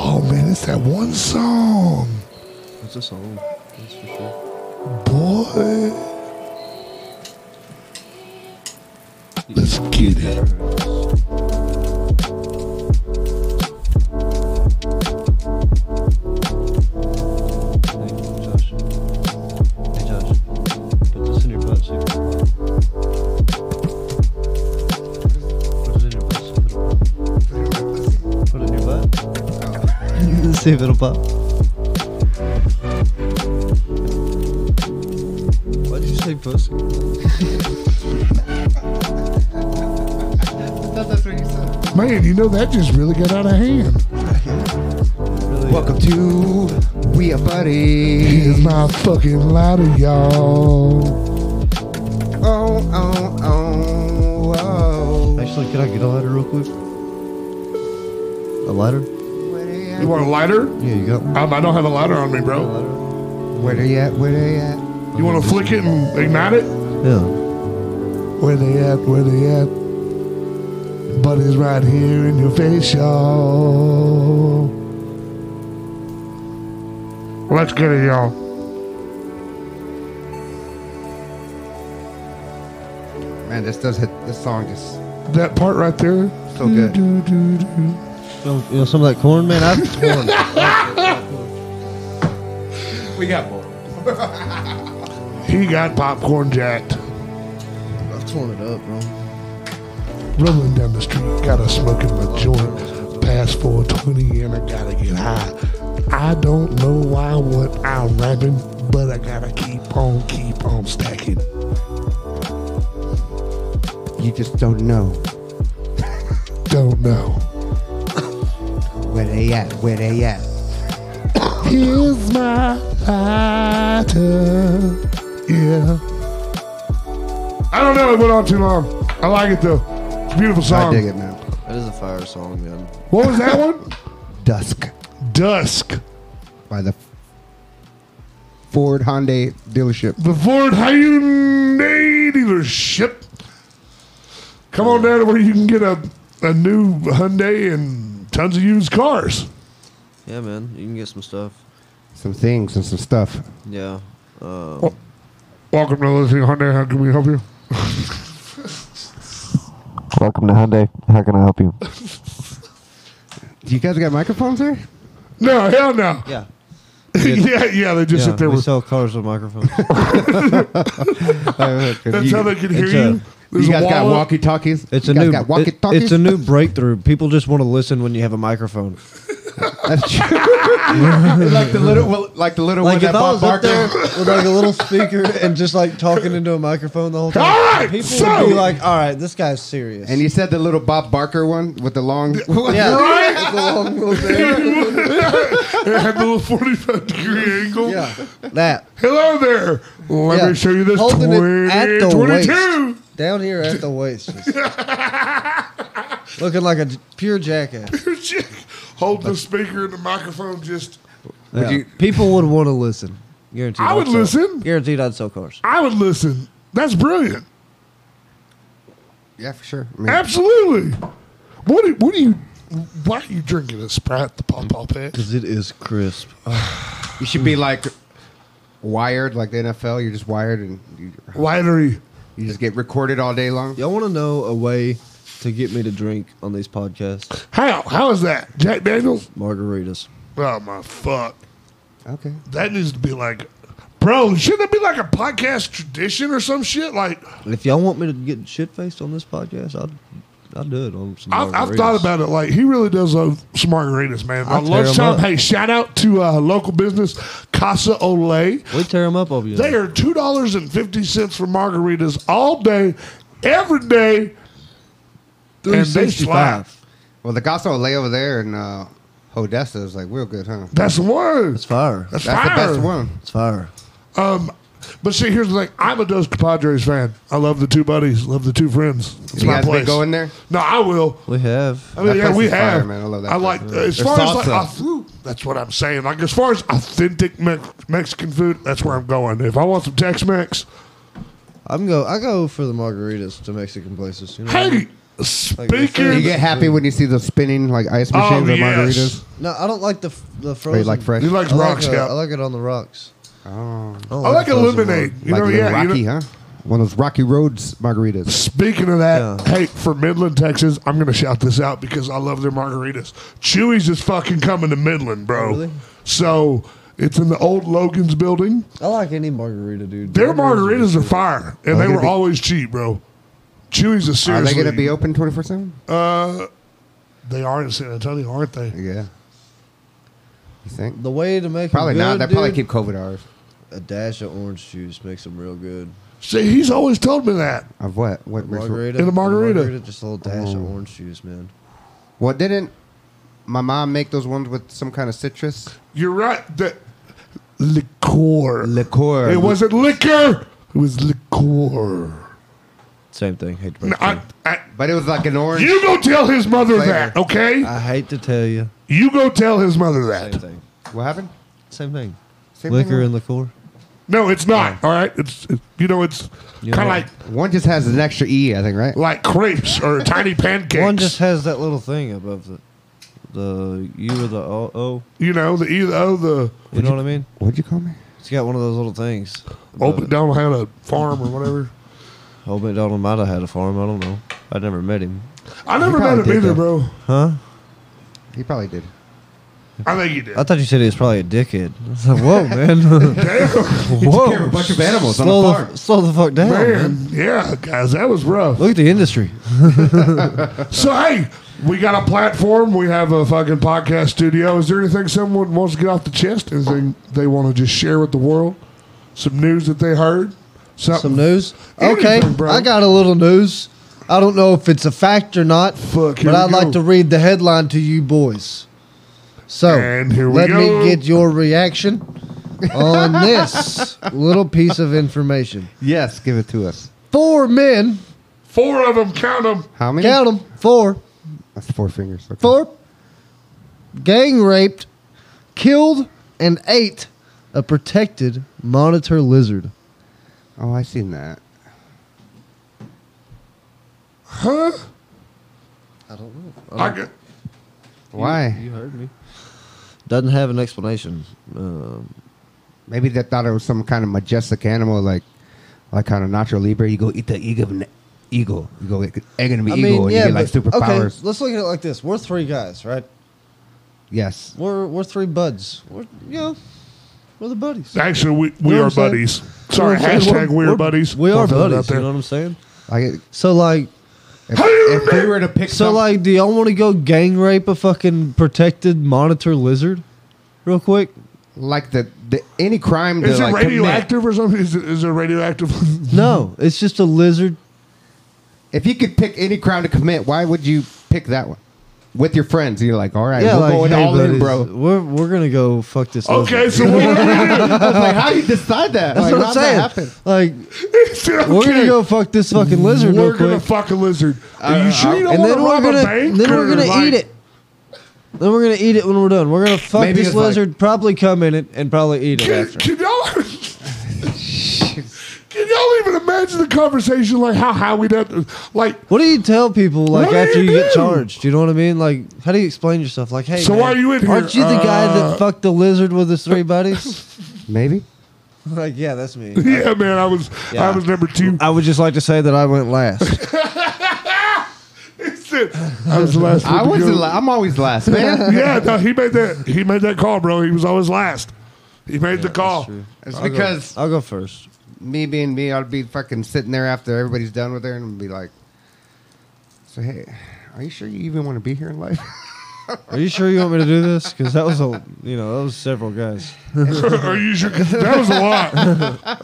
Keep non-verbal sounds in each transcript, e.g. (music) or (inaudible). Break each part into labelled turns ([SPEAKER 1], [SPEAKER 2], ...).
[SPEAKER 1] Oh, It's that one song,
[SPEAKER 2] It's a song. That's for sure.
[SPEAKER 1] boy. Let's get it.
[SPEAKER 2] Hey, Josh. Hey, Josh. Put this in your butt. See if it pops. Put it in your butt. See if it'll pop. Put it in your butt. see if it'll pop. Why'd you say pussy?
[SPEAKER 1] Man, you know that just really got out of hand.
[SPEAKER 2] Really?
[SPEAKER 3] Welcome to We Are
[SPEAKER 1] Here's
[SPEAKER 3] Buddies.
[SPEAKER 1] my fucking louder, y'all.
[SPEAKER 3] Oh, oh, oh, oh.
[SPEAKER 2] Actually, can I get a lighter real quick? A lighter?
[SPEAKER 3] Where they at?
[SPEAKER 1] You want a lighter?
[SPEAKER 2] Yeah, you got one.
[SPEAKER 1] Um, I don't have a lighter on me,
[SPEAKER 2] A
[SPEAKER 1] bro.
[SPEAKER 2] lighter?
[SPEAKER 3] Where they at? Where they at?
[SPEAKER 1] You want to flick it and ignite it?
[SPEAKER 2] Yeah.
[SPEAKER 1] Where they at? Where they at? Buddy's right here in your face, y'all. Let's get it, y'all.
[SPEAKER 3] Man, this does hit. This song is
[SPEAKER 1] That part right there.
[SPEAKER 3] so good.
[SPEAKER 1] Do, do, do.
[SPEAKER 2] Some, you know, some of that corn, man. I have corn.
[SPEAKER 3] We got (laughs) more.
[SPEAKER 1] He got popcorn jacked.
[SPEAKER 2] I've torn it up, bro.
[SPEAKER 1] Rolling down the street, got a smoke in my joint. Past 420 and I gotta get high. I don't know why what I'm rapping, but I gotta keep on, keep on stacking.
[SPEAKER 3] You just don't know
[SPEAKER 1] Don't know.
[SPEAKER 3] where they at. Where they at?
[SPEAKER 1] Here's my
[SPEAKER 2] Ah,
[SPEAKER 1] lighter. Yeah. I don't know. It went on too long. I like it though. It's a beautiful
[SPEAKER 3] I
[SPEAKER 1] song.
[SPEAKER 3] dig it, man.
[SPEAKER 2] That is a fire song, man.
[SPEAKER 1] What was that
[SPEAKER 3] (laughs)
[SPEAKER 1] one?
[SPEAKER 3] Dusk
[SPEAKER 1] Dusk.
[SPEAKER 3] by the Ford Hyundai dealership.
[SPEAKER 1] The Ford Hyundai dealership. Come on down to where you can get a, a new Hyundai and tons of used cars.
[SPEAKER 2] Yeah, man. You can get some stuff.
[SPEAKER 3] Some things and some stuff.
[SPEAKER 2] Yeah. Um,
[SPEAKER 1] Welcome to Listening Hyundai. How can we help you?
[SPEAKER 2] Welcome to Hyundai. How can I help you?
[SPEAKER 3] Do you guys got
[SPEAKER 1] (laughs)
[SPEAKER 3] microphones there?
[SPEAKER 1] No, hell no.
[SPEAKER 2] (laughs) Yeah.
[SPEAKER 1] (laughs) yeah, yeah. They just
[SPEAKER 2] yeah,
[SPEAKER 1] sit there
[SPEAKER 2] we
[SPEAKER 1] with.
[SPEAKER 2] sell cars with microphones.
[SPEAKER 3] Uh,
[SPEAKER 1] That's
[SPEAKER 3] That's
[SPEAKER 1] how they can hear
[SPEAKER 2] it's
[SPEAKER 1] you.
[SPEAKER 2] a-
[SPEAKER 1] There's
[SPEAKER 3] you guys
[SPEAKER 1] a
[SPEAKER 3] got
[SPEAKER 1] wall up. (laughs)
[SPEAKER 3] walkie talkies.
[SPEAKER 2] It's
[SPEAKER 3] you
[SPEAKER 2] a
[SPEAKER 3] guys
[SPEAKER 2] new.
[SPEAKER 3] Got walkie
[SPEAKER 2] It,
[SPEAKER 3] talkies.
[SPEAKER 2] it's a new breakthrough. People just want to listen when you have a microphone. (laughs)
[SPEAKER 3] That's true. (laughs) like the little, well, like the little
[SPEAKER 2] Like
[SPEAKER 3] one
[SPEAKER 2] if
[SPEAKER 3] that
[SPEAKER 2] I
[SPEAKER 3] Bob
[SPEAKER 2] was up
[SPEAKER 3] Barker.
[SPEAKER 2] there with like a little speaker and just like talking into a microphone the whole time,
[SPEAKER 1] All right,
[SPEAKER 2] people
[SPEAKER 1] so-
[SPEAKER 2] would be like, "All right, this guy's serious."
[SPEAKER 3] And you said the little Bob Barker one with the long.
[SPEAKER 2] (laughs) yeah,
[SPEAKER 3] (laughs)
[SPEAKER 1] Right?
[SPEAKER 2] It's a long little thing.
[SPEAKER 1] it had the little 45 (laughs) degree angle.
[SPEAKER 2] yeah, that
[SPEAKER 1] Hello there. Let
[SPEAKER 2] Yeah.
[SPEAKER 1] me show you this
[SPEAKER 2] Holding it
[SPEAKER 1] 20,
[SPEAKER 2] at the
[SPEAKER 1] 22.
[SPEAKER 2] down here at the (laughs) waist, just looking like a j- pure jackass.
[SPEAKER 1] (laughs) Hold the speaker and the microphone just.
[SPEAKER 2] Yeah. People would want to listen. Guaranteed.
[SPEAKER 1] I
[SPEAKER 2] I'd
[SPEAKER 1] would
[SPEAKER 2] sell-
[SPEAKER 1] listen.
[SPEAKER 2] Guaranteed, I'd sell cars.
[SPEAKER 1] I would listen. That's brilliant.
[SPEAKER 3] Yeah, for sure. I mean,
[SPEAKER 1] Absolutely. What do, what do you. Why are you drinking a Sprite, the Pop Pop Pet?
[SPEAKER 2] Because it is crisp.
[SPEAKER 3] you should be like wired, like the NFL. You're just wired, and you,
[SPEAKER 1] Winery.
[SPEAKER 3] you just get recorded all day long.
[SPEAKER 2] Y'all want to know a way to get me to drink on these podcasts?
[SPEAKER 1] How? How is that? Jack Daniels?
[SPEAKER 2] Margaritas.
[SPEAKER 1] Oh, my fuck.
[SPEAKER 3] Okay.
[SPEAKER 1] That needs to be like. Bro, shouldn't that be like a podcast tradition or some shit? Like,
[SPEAKER 2] If y'all want me to get shit faced on this podcast, I'd I'd do it on some.
[SPEAKER 1] I've, I've
[SPEAKER 2] margaritas.
[SPEAKER 1] thought about it. Like he really does love some margaritas, man.
[SPEAKER 2] I'll
[SPEAKER 1] On
[SPEAKER 2] tear 'em
[SPEAKER 1] lunchtime,
[SPEAKER 2] up.
[SPEAKER 1] hey, shout out to uh, local business Casa Olay.
[SPEAKER 2] We tear them up over you.
[SPEAKER 1] They are two dollars and fifty cents for margaritas all day, every day. And they
[SPEAKER 2] 365.
[SPEAKER 1] slap.
[SPEAKER 3] Well, the Gasso lay over there in uh, Odessa is like real good, huh?
[SPEAKER 1] That's the one.
[SPEAKER 2] It's fire.
[SPEAKER 1] That's,
[SPEAKER 3] That's
[SPEAKER 1] fire.
[SPEAKER 3] the best one.
[SPEAKER 2] It's fire.
[SPEAKER 1] Um, but see, here's the thing. I'm a Dos Compadres fan. I love the two buddies. Love the two friends. It's
[SPEAKER 3] You
[SPEAKER 1] my
[SPEAKER 3] guys been
[SPEAKER 1] place.
[SPEAKER 3] going there?
[SPEAKER 1] No, I will.
[SPEAKER 2] We have.
[SPEAKER 1] I mean,
[SPEAKER 3] That
[SPEAKER 1] yeah,
[SPEAKER 3] place
[SPEAKER 1] we
[SPEAKER 3] is fire,
[SPEAKER 1] have.
[SPEAKER 3] man. I love that
[SPEAKER 1] like
[SPEAKER 3] place.
[SPEAKER 1] as
[SPEAKER 3] Their
[SPEAKER 1] far as like,
[SPEAKER 3] salsa.
[SPEAKER 1] au- that's what I'm saying. Like as far as authentic Mex- Mexican food, that's where I'm going. If I want some Tex-Mex,
[SPEAKER 2] I'm go. I go for the margaritas to Mexican places. You know what I mean?
[SPEAKER 1] hey, Speaking.
[SPEAKER 3] You get happy when you see the spinning like ice
[SPEAKER 1] Oh,
[SPEAKER 3] machines or
[SPEAKER 1] yes.
[SPEAKER 3] margaritas.
[SPEAKER 2] No, I don't like the f- the frozen.
[SPEAKER 3] Oh, like fresh?
[SPEAKER 1] He likes
[SPEAKER 2] I like
[SPEAKER 1] rocks,
[SPEAKER 2] it-
[SPEAKER 1] Scout.
[SPEAKER 2] I like it on the rocks.
[SPEAKER 3] Oh,
[SPEAKER 2] don't
[SPEAKER 1] I like a
[SPEAKER 2] frozen
[SPEAKER 1] lemonade.
[SPEAKER 2] one.
[SPEAKER 1] You
[SPEAKER 3] like
[SPEAKER 1] know,
[SPEAKER 3] the
[SPEAKER 1] yeah. you
[SPEAKER 3] Rocky,
[SPEAKER 1] know-
[SPEAKER 3] huh? One of those Rocky Roads margaritas.
[SPEAKER 1] Speaking of that,
[SPEAKER 2] Yeah.
[SPEAKER 1] hey, for Midland, Texas, I'm gonna shout this out because I love their margaritas. Chewy's is fucking coming to Midland, bro.
[SPEAKER 2] Really?
[SPEAKER 1] So it's in the old Logan's building.
[SPEAKER 2] I like any margarita, dude.
[SPEAKER 1] Their margaritas are fire, and they
[SPEAKER 3] gonna
[SPEAKER 1] were
[SPEAKER 3] be-
[SPEAKER 1] always cheap, bro. Chewy's is
[SPEAKER 3] Are
[SPEAKER 1] seriously.
[SPEAKER 3] they going to be open twenty four seven?
[SPEAKER 1] Uh, they are in San Antonio, aren't they?
[SPEAKER 3] Yeah. You think?
[SPEAKER 2] The way to make
[SPEAKER 3] Probably
[SPEAKER 2] them
[SPEAKER 3] not.
[SPEAKER 2] good,
[SPEAKER 3] They probably
[SPEAKER 2] dude,
[SPEAKER 3] keep COVID hours.
[SPEAKER 2] a dash of orange juice makes them real good.
[SPEAKER 1] See, he's always told me that.
[SPEAKER 3] Of what? What?
[SPEAKER 2] Margarita,
[SPEAKER 1] In a
[SPEAKER 2] the
[SPEAKER 1] margarita.
[SPEAKER 2] just a little dash
[SPEAKER 3] Oh.
[SPEAKER 2] of orange juice, man.
[SPEAKER 3] Well, didn't my mom make those ones with some kind of citrus
[SPEAKER 1] You're right. That liqueur.
[SPEAKER 3] liqueur?
[SPEAKER 1] It wasn't liquor. It was liqueur.
[SPEAKER 2] Same thing. Hate to break
[SPEAKER 1] No,
[SPEAKER 2] it to
[SPEAKER 1] I,
[SPEAKER 2] you.
[SPEAKER 1] I,
[SPEAKER 3] but it was like an orange.
[SPEAKER 1] you go tell his mother
[SPEAKER 3] Flavor.
[SPEAKER 1] that, okay?
[SPEAKER 2] I hate to tell you.
[SPEAKER 1] You go tell his mother
[SPEAKER 2] Same
[SPEAKER 1] that.
[SPEAKER 2] thing.
[SPEAKER 3] what happened?
[SPEAKER 2] Same thing.
[SPEAKER 3] Same thing
[SPEAKER 2] Liquor
[SPEAKER 3] with-
[SPEAKER 2] and liqueur.
[SPEAKER 1] No, it's not. All right, it's it, you know it's
[SPEAKER 2] You
[SPEAKER 1] kind of
[SPEAKER 2] know-
[SPEAKER 1] like
[SPEAKER 3] One just has an extra e, I think, right?
[SPEAKER 1] like crepes
[SPEAKER 2] (laughs)
[SPEAKER 1] or tiny pancakes.
[SPEAKER 2] One just has that little thing above the the U or the O. o
[SPEAKER 1] you know the either oh the
[SPEAKER 2] you know what I mean?
[SPEAKER 3] What'd you call me?
[SPEAKER 2] It's got one of those little things. above
[SPEAKER 1] open
[SPEAKER 2] it.
[SPEAKER 1] down had a farm or whatever.
[SPEAKER 2] Old McDonald might have had a farm. I don't know. I never met him.
[SPEAKER 1] I never met
[SPEAKER 3] probably
[SPEAKER 1] him
[SPEAKER 3] did,
[SPEAKER 1] either, bro.
[SPEAKER 3] though.
[SPEAKER 2] Huh?
[SPEAKER 3] He probably did.
[SPEAKER 1] I think he did.
[SPEAKER 2] I thought you said he was probably a dickhead. (laughs) I was like, whoa,
[SPEAKER 1] (laughs)
[SPEAKER 2] man. (laughs) whoa.
[SPEAKER 3] care of a bunch of animals
[SPEAKER 2] slow
[SPEAKER 3] on a farm.
[SPEAKER 2] The, slow the fuck down. Man.
[SPEAKER 1] Man, yeah, guys, that was rough.
[SPEAKER 2] Look at the industry.
[SPEAKER 1] So hey, we got a platform. We have a fucking podcast studio. Is there anything someone wants to get off the chest? Anything they want to just share with the world? Some news that they heard. Something
[SPEAKER 2] Some news. Okay,
[SPEAKER 1] Anything, bro.
[SPEAKER 2] I got a little news. I don't know if it's a fact or not,
[SPEAKER 1] Fuck, here
[SPEAKER 2] but
[SPEAKER 1] we
[SPEAKER 2] I'd
[SPEAKER 1] go.
[SPEAKER 2] like to read the headline to you boys. So,
[SPEAKER 1] And here we
[SPEAKER 2] let
[SPEAKER 1] go.
[SPEAKER 2] me get your reaction on this little piece of information.
[SPEAKER 3] Yes, give it to us.
[SPEAKER 2] Four men,
[SPEAKER 1] Four of them. Count them.
[SPEAKER 3] How many?
[SPEAKER 2] count them, four,
[SPEAKER 3] That's four fingers. Okay.
[SPEAKER 2] four, gang raped, killed, and ate a protected monitor lizard.
[SPEAKER 3] Oh, I seen that.
[SPEAKER 1] Huh?
[SPEAKER 2] I don't know.
[SPEAKER 1] I got,
[SPEAKER 3] Why?
[SPEAKER 2] heard me. Doesn't have an explanation. Um,
[SPEAKER 3] Maybe they thought it was some kind of majestic animal, like like kind of Nacho Libre. You go eat the eagle, of an eagle. You go egg an eagle, and you get like
[SPEAKER 2] but-
[SPEAKER 3] superpowers.
[SPEAKER 2] Okay, let's look at it like this: we're three guys, right?
[SPEAKER 3] Yes.
[SPEAKER 2] We're we're three buds. We're you know, we're the buddies.
[SPEAKER 1] actually, we, we
[SPEAKER 2] You know what
[SPEAKER 1] are
[SPEAKER 2] I'm saying?
[SPEAKER 1] buddies.
[SPEAKER 2] You know
[SPEAKER 1] Sorry,
[SPEAKER 2] what I'm saying?
[SPEAKER 1] hashtag we're, buddies.
[SPEAKER 2] We are
[SPEAKER 1] Don't throw that out
[SPEAKER 2] buddies. You
[SPEAKER 1] there. (laughs)
[SPEAKER 2] know what I'm saying?
[SPEAKER 3] Like if,
[SPEAKER 2] So like,
[SPEAKER 3] if we were to pick
[SPEAKER 2] so
[SPEAKER 3] some-
[SPEAKER 2] like, do y'all want to go gang rape a fucking protected monitor lizard, real quick?
[SPEAKER 3] like the, the any crime to
[SPEAKER 1] Is it
[SPEAKER 3] like commit.
[SPEAKER 1] radioactive or something? Is it, is
[SPEAKER 2] (laughs)
[SPEAKER 1] it radioactive?
[SPEAKER 2] No, it's just a lizard.
[SPEAKER 3] If you could pick any crime to commit, why would you pick that one? With your friends, you're like, all right,
[SPEAKER 2] yeah,
[SPEAKER 3] we're
[SPEAKER 2] like,
[SPEAKER 3] going
[SPEAKER 2] hey,
[SPEAKER 3] all in,
[SPEAKER 2] buddies, (laughs)
[SPEAKER 3] bro. (laughs)
[SPEAKER 2] We're we're gonna go fuck this.
[SPEAKER 1] okay,
[SPEAKER 2] lizard. (laughs)
[SPEAKER 1] so what do
[SPEAKER 3] I was like, how do you decide that?
[SPEAKER 2] that's
[SPEAKER 3] Like,
[SPEAKER 2] what I'm
[SPEAKER 3] how'd that
[SPEAKER 2] saying.
[SPEAKER 3] happen?
[SPEAKER 2] Like,
[SPEAKER 1] we do? It's okay.
[SPEAKER 2] we're gonna go fuck this fucking lizard.
[SPEAKER 1] We're
[SPEAKER 2] real quick.
[SPEAKER 1] gonna (laughs) fuck a lizard. Are you sure you don't
[SPEAKER 2] and
[SPEAKER 1] want
[SPEAKER 2] then
[SPEAKER 1] to
[SPEAKER 2] we're
[SPEAKER 1] rob
[SPEAKER 2] gonna
[SPEAKER 1] a bank?
[SPEAKER 2] then we're
[SPEAKER 1] or,
[SPEAKER 2] gonna
[SPEAKER 1] like-
[SPEAKER 2] eat it. Then we're gonna eat it when we're done. We're gonna fuck
[SPEAKER 3] Maybe
[SPEAKER 2] this
[SPEAKER 3] it's like-
[SPEAKER 2] lizard, probably come in it, and probably eat it
[SPEAKER 1] (laughs) Can,
[SPEAKER 2] after.
[SPEAKER 1] can y'all? Can y'all even imagine the conversation? Like how how we that like. (laughs)
[SPEAKER 2] What do you tell people like
[SPEAKER 1] What do
[SPEAKER 2] after
[SPEAKER 1] you
[SPEAKER 2] you get
[SPEAKER 1] do?
[SPEAKER 2] charged? You know what I mean? Like, how do you explain yourself? Like, hey,
[SPEAKER 1] So why
[SPEAKER 2] man,
[SPEAKER 1] are you in here?
[SPEAKER 2] Aren't you the guy
[SPEAKER 1] Uh,
[SPEAKER 2] that fucked the lizard with his three
[SPEAKER 1] (laughs)
[SPEAKER 2] buddies?
[SPEAKER 3] Maybe.
[SPEAKER 2] like, yeah, that's me.
[SPEAKER 1] Yeah, man, I was I
[SPEAKER 2] Yeah.
[SPEAKER 1] was number two. (laughs)
[SPEAKER 2] I would just like to say that I went last.
[SPEAKER 1] It's it. I was the last.
[SPEAKER 3] I
[SPEAKER 1] one to
[SPEAKER 3] was.
[SPEAKER 1] go.
[SPEAKER 3] La- I'm always
[SPEAKER 2] (laughs)
[SPEAKER 3] last, man.
[SPEAKER 1] yeah, no, he made that he made that call, bro. He was always last. He made the call.
[SPEAKER 2] true.
[SPEAKER 3] it's
[SPEAKER 2] I'll go-
[SPEAKER 3] because
[SPEAKER 2] I'll go first.
[SPEAKER 3] me being me, I'd be fucking sitting there after everybody's done with her and be like, "So hey, are you sure you even want to be here in life?" (laughs)
[SPEAKER 2] Are you sure you want me to do this? Because that was a, you know, that was several guys.
[SPEAKER 1] (laughs) Are you sure? That was a lot.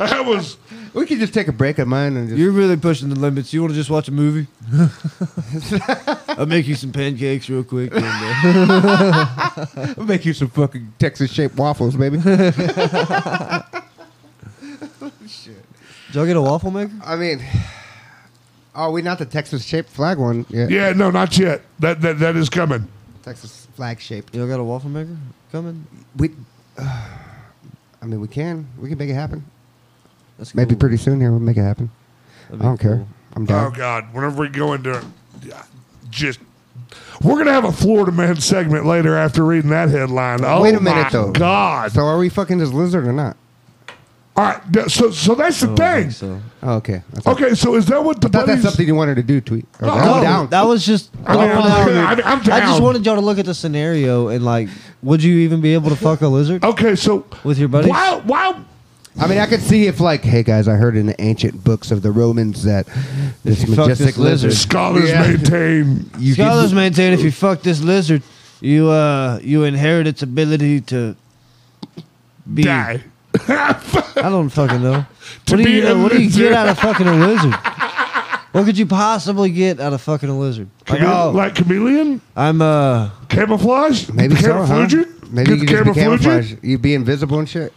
[SPEAKER 1] That was
[SPEAKER 3] we could just take a break at mine and just.
[SPEAKER 2] You're really pushing the limits. You want to just watch a (laughs) movie? I'll make you some pancakes real quick. (laughs) And, uh,
[SPEAKER 3] I'll make you some fucking Texas shaped waffles,
[SPEAKER 2] (laughs)
[SPEAKER 3] baby.
[SPEAKER 2] did y'all get a waffle maker?
[SPEAKER 3] I mean, oh, we not the Texas shaped flag one. Yeah.
[SPEAKER 1] yeah, no, not yet. That that that is coming.
[SPEAKER 3] Texas flag shaped.
[SPEAKER 2] Y'all got a waffle maker coming?
[SPEAKER 3] We. uh, I mean, we can. We can make it happen.
[SPEAKER 2] That's
[SPEAKER 3] Maybe
[SPEAKER 2] cool.
[SPEAKER 3] pretty soon here we'll make it happen. I
[SPEAKER 2] That'd be
[SPEAKER 3] don't care.
[SPEAKER 2] cool.
[SPEAKER 3] I'm
[SPEAKER 1] Oh
[SPEAKER 3] down.
[SPEAKER 1] God! Whenever we go into just. We're gonna have a Florida man segment later after reading that headline. Oh
[SPEAKER 3] Wait a minute,
[SPEAKER 1] my
[SPEAKER 3] though.
[SPEAKER 1] God!
[SPEAKER 3] So are we fucking this lizard or not?
[SPEAKER 1] All right, th- so so that's the
[SPEAKER 2] Oh, I don't
[SPEAKER 1] thing.
[SPEAKER 2] think so.
[SPEAKER 3] Oh, okay. I thought,
[SPEAKER 1] Okay, so is that what the
[SPEAKER 3] I thought that's
[SPEAKER 1] buddies? Oh,
[SPEAKER 3] something you wanted to do, tweet. Or
[SPEAKER 1] No,
[SPEAKER 3] I'm
[SPEAKER 1] no,
[SPEAKER 3] down.
[SPEAKER 2] That was just.
[SPEAKER 1] I mean, I'm- I mean, I'm
[SPEAKER 2] I just
[SPEAKER 1] down.
[SPEAKER 2] wanted y'all to look at the scenario and like, would you even be able to fuck a lizard?
[SPEAKER 1] okay, so
[SPEAKER 2] With your buddies?
[SPEAKER 1] Oh. Why? Why?
[SPEAKER 3] I mean, I could see if, like, hey guys, I heard in the ancient books of the Romans that this
[SPEAKER 2] If you fuck
[SPEAKER 3] majestic
[SPEAKER 2] this lizard,
[SPEAKER 3] lizard, (laughs)
[SPEAKER 1] Scholars
[SPEAKER 3] Yeah.
[SPEAKER 1] maintain
[SPEAKER 3] you can-
[SPEAKER 2] Scholars maintain if you fuck this lizard, you uh you inherit its ability to be.
[SPEAKER 1] die.
[SPEAKER 2] I don't fucking know.
[SPEAKER 1] To
[SPEAKER 2] what do
[SPEAKER 1] be
[SPEAKER 2] you
[SPEAKER 1] a
[SPEAKER 2] what do you
[SPEAKER 1] lizard.
[SPEAKER 2] get out of fucking a lizard? What could you possibly get out of fucking a lizard? Like,
[SPEAKER 1] Chame-
[SPEAKER 2] oh,
[SPEAKER 1] like chameleon
[SPEAKER 2] I'm uh
[SPEAKER 1] camouflage.
[SPEAKER 3] maybe
[SPEAKER 1] the
[SPEAKER 3] so, huh?
[SPEAKER 1] camouflage you?
[SPEAKER 3] Maybe
[SPEAKER 1] Get the
[SPEAKER 3] you just be
[SPEAKER 1] camouflage you?
[SPEAKER 3] camouflage. You'd be invisible and shit.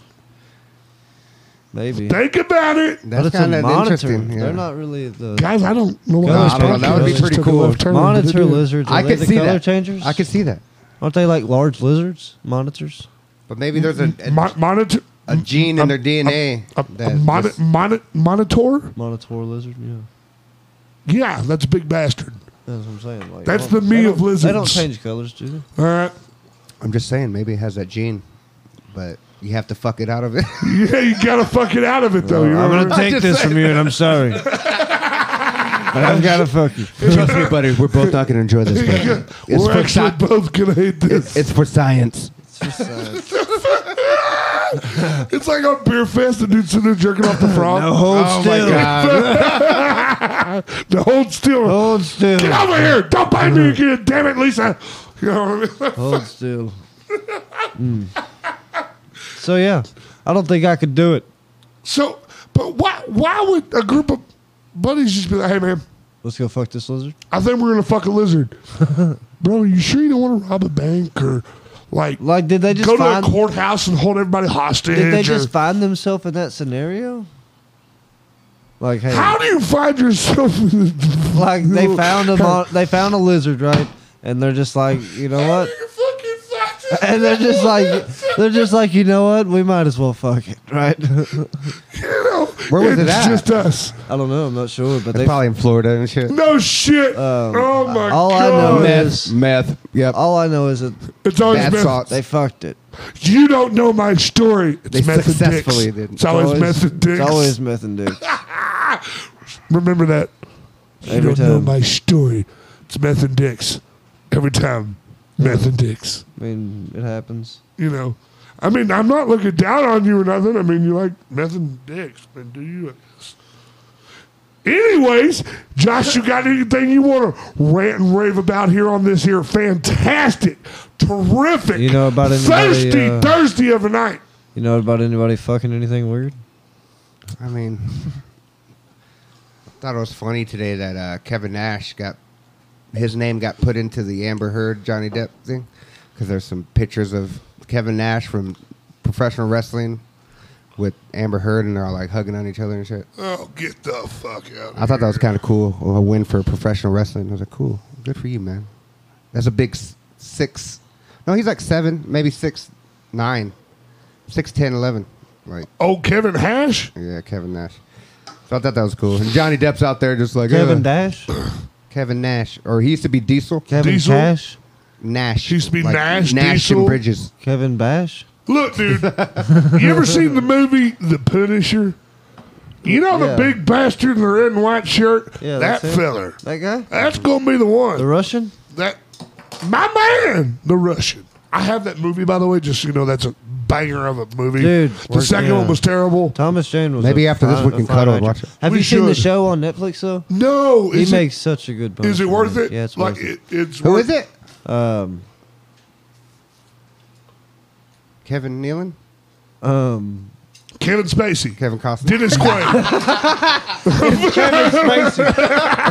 [SPEAKER 2] maybe.
[SPEAKER 1] Think about it,
[SPEAKER 2] But
[SPEAKER 3] That's
[SPEAKER 2] it's a
[SPEAKER 3] kind of
[SPEAKER 2] monitor.
[SPEAKER 3] interesting. yeah.
[SPEAKER 2] They're not really the
[SPEAKER 1] guys. I don't know.
[SPEAKER 2] Nah,
[SPEAKER 1] What
[SPEAKER 2] I don't know. That would be
[SPEAKER 3] pretty cool.
[SPEAKER 2] monitor lizards. Are
[SPEAKER 3] I
[SPEAKER 2] they
[SPEAKER 3] could
[SPEAKER 2] the
[SPEAKER 3] see
[SPEAKER 2] color
[SPEAKER 3] that.
[SPEAKER 2] changers?
[SPEAKER 3] I could see that.
[SPEAKER 2] Aren't they like large lizards? Monitors?
[SPEAKER 3] But maybe there's a a,
[SPEAKER 1] Mo- monitor.
[SPEAKER 3] a gene in their DNA.
[SPEAKER 1] A, a
[SPEAKER 3] that
[SPEAKER 1] moni-
[SPEAKER 3] just-
[SPEAKER 1] moni- monitor?
[SPEAKER 2] Monitor lizard, yeah.
[SPEAKER 1] Yeah, that's a big bastard.
[SPEAKER 2] That's what I'm saying. Like,
[SPEAKER 1] That's
[SPEAKER 2] I don't-
[SPEAKER 1] the me
[SPEAKER 2] they
[SPEAKER 1] of
[SPEAKER 2] don't- They don't
[SPEAKER 1] lizards.
[SPEAKER 2] change colors, do they?
[SPEAKER 1] All right. (laughs)
[SPEAKER 3] I'm just saying, maybe it has that gene, but you have to fuck it out of it.
[SPEAKER 1] Yeah, you gotta fuck it out of it though. you know
[SPEAKER 2] I'm
[SPEAKER 1] (laughs) what I
[SPEAKER 2] gonna
[SPEAKER 1] mean?
[SPEAKER 2] take this from you, and I'm sorry. I've got to fuck
[SPEAKER 1] (laughs)
[SPEAKER 2] you.
[SPEAKER 3] (laughs) Trust me, buddy. We're both not gonna enjoy this.
[SPEAKER 1] Yeah,
[SPEAKER 3] Buddy. (laughs) It's
[SPEAKER 1] We're
[SPEAKER 3] for
[SPEAKER 1] actually
[SPEAKER 3] sci-
[SPEAKER 1] both gonna hate this.
[SPEAKER 3] (laughs) it's for science.
[SPEAKER 1] It's like a beer fest, and dude's sitting there jerking off
[SPEAKER 3] (laughs)
[SPEAKER 1] the frog.
[SPEAKER 2] Now hold
[SPEAKER 1] oh
[SPEAKER 2] still.
[SPEAKER 1] the hold still.
[SPEAKER 3] Oh.
[SPEAKER 2] Hold still.
[SPEAKER 1] Get over here! Don't bite
[SPEAKER 3] (laughs)
[SPEAKER 1] me again! Damn it, Lisa! (laughs) You know what I mean?
[SPEAKER 2] Hold still. Mm. So yeah, I don't think I could do it.
[SPEAKER 1] So, but why? Why would a group of buddies just be like, "Hey, man,
[SPEAKER 2] Let's go fuck this lizard.
[SPEAKER 1] I think we're gonna fuck a lizard,
[SPEAKER 2] (laughs)
[SPEAKER 1] bro? You sure you don't want to rob a bank or like,
[SPEAKER 2] Like, did they just
[SPEAKER 1] go to
[SPEAKER 2] find?
[SPEAKER 1] a courthouse and hold everybody hostage?
[SPEAKER 2] did they
[SPEAKER 1] or-
[SPEAKER 2] just find themselves in that scenario? Like, hey,
[SPEAKER 1] How do you find yourself? in (laughs) the-
[SPEAKER 2] (laughs) like they found them on, they found a lizard, right? And they're just like, you know
[SPEAKER 1] (laughs)
[SPEAKER 2] what? (laughs)
[SPEAKER 1] You fucking fucked it.
[SPEAKER 2] And they're just like, they're just like, you know what? We might as well fuck
[SPEAKER 3] (laughs)
[SPEAKER 2] it, right?
[SPEAKER 1] You know,
[SPEAKER 3] Where was it
[SPEAKER 1] it's
[SPEAKER 3] at?
[SPEAKER 1] just us.
[SPEAKER 2] I don't know. I'm not sure, but
[SPEAKER 3] They're
[SPEAKER 2] they
[SPEAKER 3] probably in Florida and shit.
[SPEAKER 1] No shit. oh my
[SPEAKER 2] Um, all I
[SPEAKER 1] god.
[SPEAKER 2] know is
[SPEAKER 3] Meth. Yep.
[SPEAKER 2] all I know is that
[SPEAKER 1] it's always
[SPEAKER 3] Bath
[SPEAKER 1] been-
[SPEAKER 3] salts.
[SPEAKER 2] they fucked it.
[SPEAKER 1] You don't know my story. It's
[SPEAKER 3] They
[SPEAKER 1] method
[SPEAKER 3] successfully
[SPEAKER 1] dicks.
[SPEAKER 3] did.
[SPEAKER 1] It's always, method dicks.
[SPEAKER 2] It's always meth and
[SPEAKER 1] (laughs)
[SPEAKER 2] dicks.
[SPEAKER 1] Remember that. you
[SPEAKER 2] Every
[SPEAKER 1] don't know
[SPEAKER 2] time.
[SPEAKER 1] my story. It's method dicks. Every time, method dicks.
[SPEAKER 2] I mean, it happens.
[SPEAKER 1] You know. I mean, I'm not looking down on you or nothing. I mean, you like method dicks, but do you? Anyways, Josh, you got anything you want to rant and rave about here on this here fantastic, terrific,
[SPEAKER 2] You know about anybody,
[SPEAKER 1] thirsty
[SPEAKER 2] uh,
[SPEAKER 1] Thursday of a night?
[SPEAKER 2] You know about anybody fucking anything weird?
[SPEAKER 3] I mean, (laughs) I thought it was funny today that uh, Kevin Nash got his name got put into the Amber Heard Johnny Depp thing because there's some pictures of Kevin Nash from professional wrestling with Amber Heard and they're all like hugging on each other and shit.
[SPEAKER 1] Oh, get the fuck out!
[SPEAKER 3] I thought that was kind of cool, a win for professional wrestling. I was like, cool, good for you, man. That's a big s- six. No, he's like seven, maybe six, nine, six, ten, eleven. Like
[SPEAKER 1] Oh, Kevin Hash.
[SPEAKER 3] Yeah, Kevin Nash. So I thought that was cool. And Johnny Depp's out there just like
[SPEAKER 2] Kevin
[SPEAKER 3] "Ugh,
[SPEAKER 2] Dash?
[SPEAKER 3] Kevin Nash, or he used to be Diesel.
[SPEAKER 2] Kevin
[SPEAKER 1] Diesel?
[SPEAKER 2] Cash?
[SPEAKER 3] Nash
[SPEAKER 1] He used to be Nash,
[SPEAKER 3] Nash
[SPEAKER 1] Diesel.
[SPEAKER 3] and Bridges.
[SPEAKER 2] Kevin Bash?
[SPEAKER 1] Look, dude, you ever seen the movie The Punisher? You know the
[SPEAKER 2] Yeah.
[SPEAKER 1] big bastard in the red and white shirt?
[SPEAKER 2] Yeah,
[SPEAKER 1] that
[SPEAKER 2] that's him.
[SPEAKER 1] feller.
[SPEAKER 2] That guy?
[SPEAKER 1] That's gonna be the one.
[SPEAKER 2] The Russian?
[SPEAKER 1] that my man, the Russian. I have that movie by the way. Just so you know, that's a banger of a movie.
[SPEAKER 2] Dude,
[SPEAKER 1] the
[SPEAKER 2] we're-
[SPEAKER 1] second
[SPEAKER 2] yeah.
[SPEAKER 1] one was terrible.
[SPEAKER 2] Thomas Jane was
[SPEAKER 3] Maybe
[SPEAKER 2] a
[SPEAKER 3] after this
[SPEAKER 2] fine-
[SPEAKER 3] we
[SPEAKER 2] a
[SPEAKER 3] can
[SPEAKER 2] fine
[SPEAKER 3] cuddle and
[SPEAKER 2] actor.
[SPEAKER 3] watch it.
[SPEAKER 2] Have
[SPEAKER 1] We
[SPEAKER 2] you seen the
[SPEAKER 1] should.
[SPEAKER 2] show on Netflix though?
[SPEAKER 1] No,
[SPEAKER 2] He
[SPEAKER 1] is it,
[SPEAKER 2] makes such a good Punisher.
[SPEAKER 1] is it worth it?
[SPEAKER 2] Yeah, it's
[SPEAKER 1] like (laughs)
[SPEAKER 2] worth it.
[SPEAKER 1] it's
[SPEAKER 3] Who
[SPEAKER 1] worth
[SPEAKER 3] is it?
[SPEAKER 2] Um,
[SPEAKER 3] Kevin Nealon,
[SPEAKER 2] um,
[SPEAKER 1] Kevin Spacey,
[SPEAKER 3] Kevin Costner.
[SPEAKER 2] (laughs)
[SPEAKER 1] Dennis Quaid,
[SPEAKER 2] I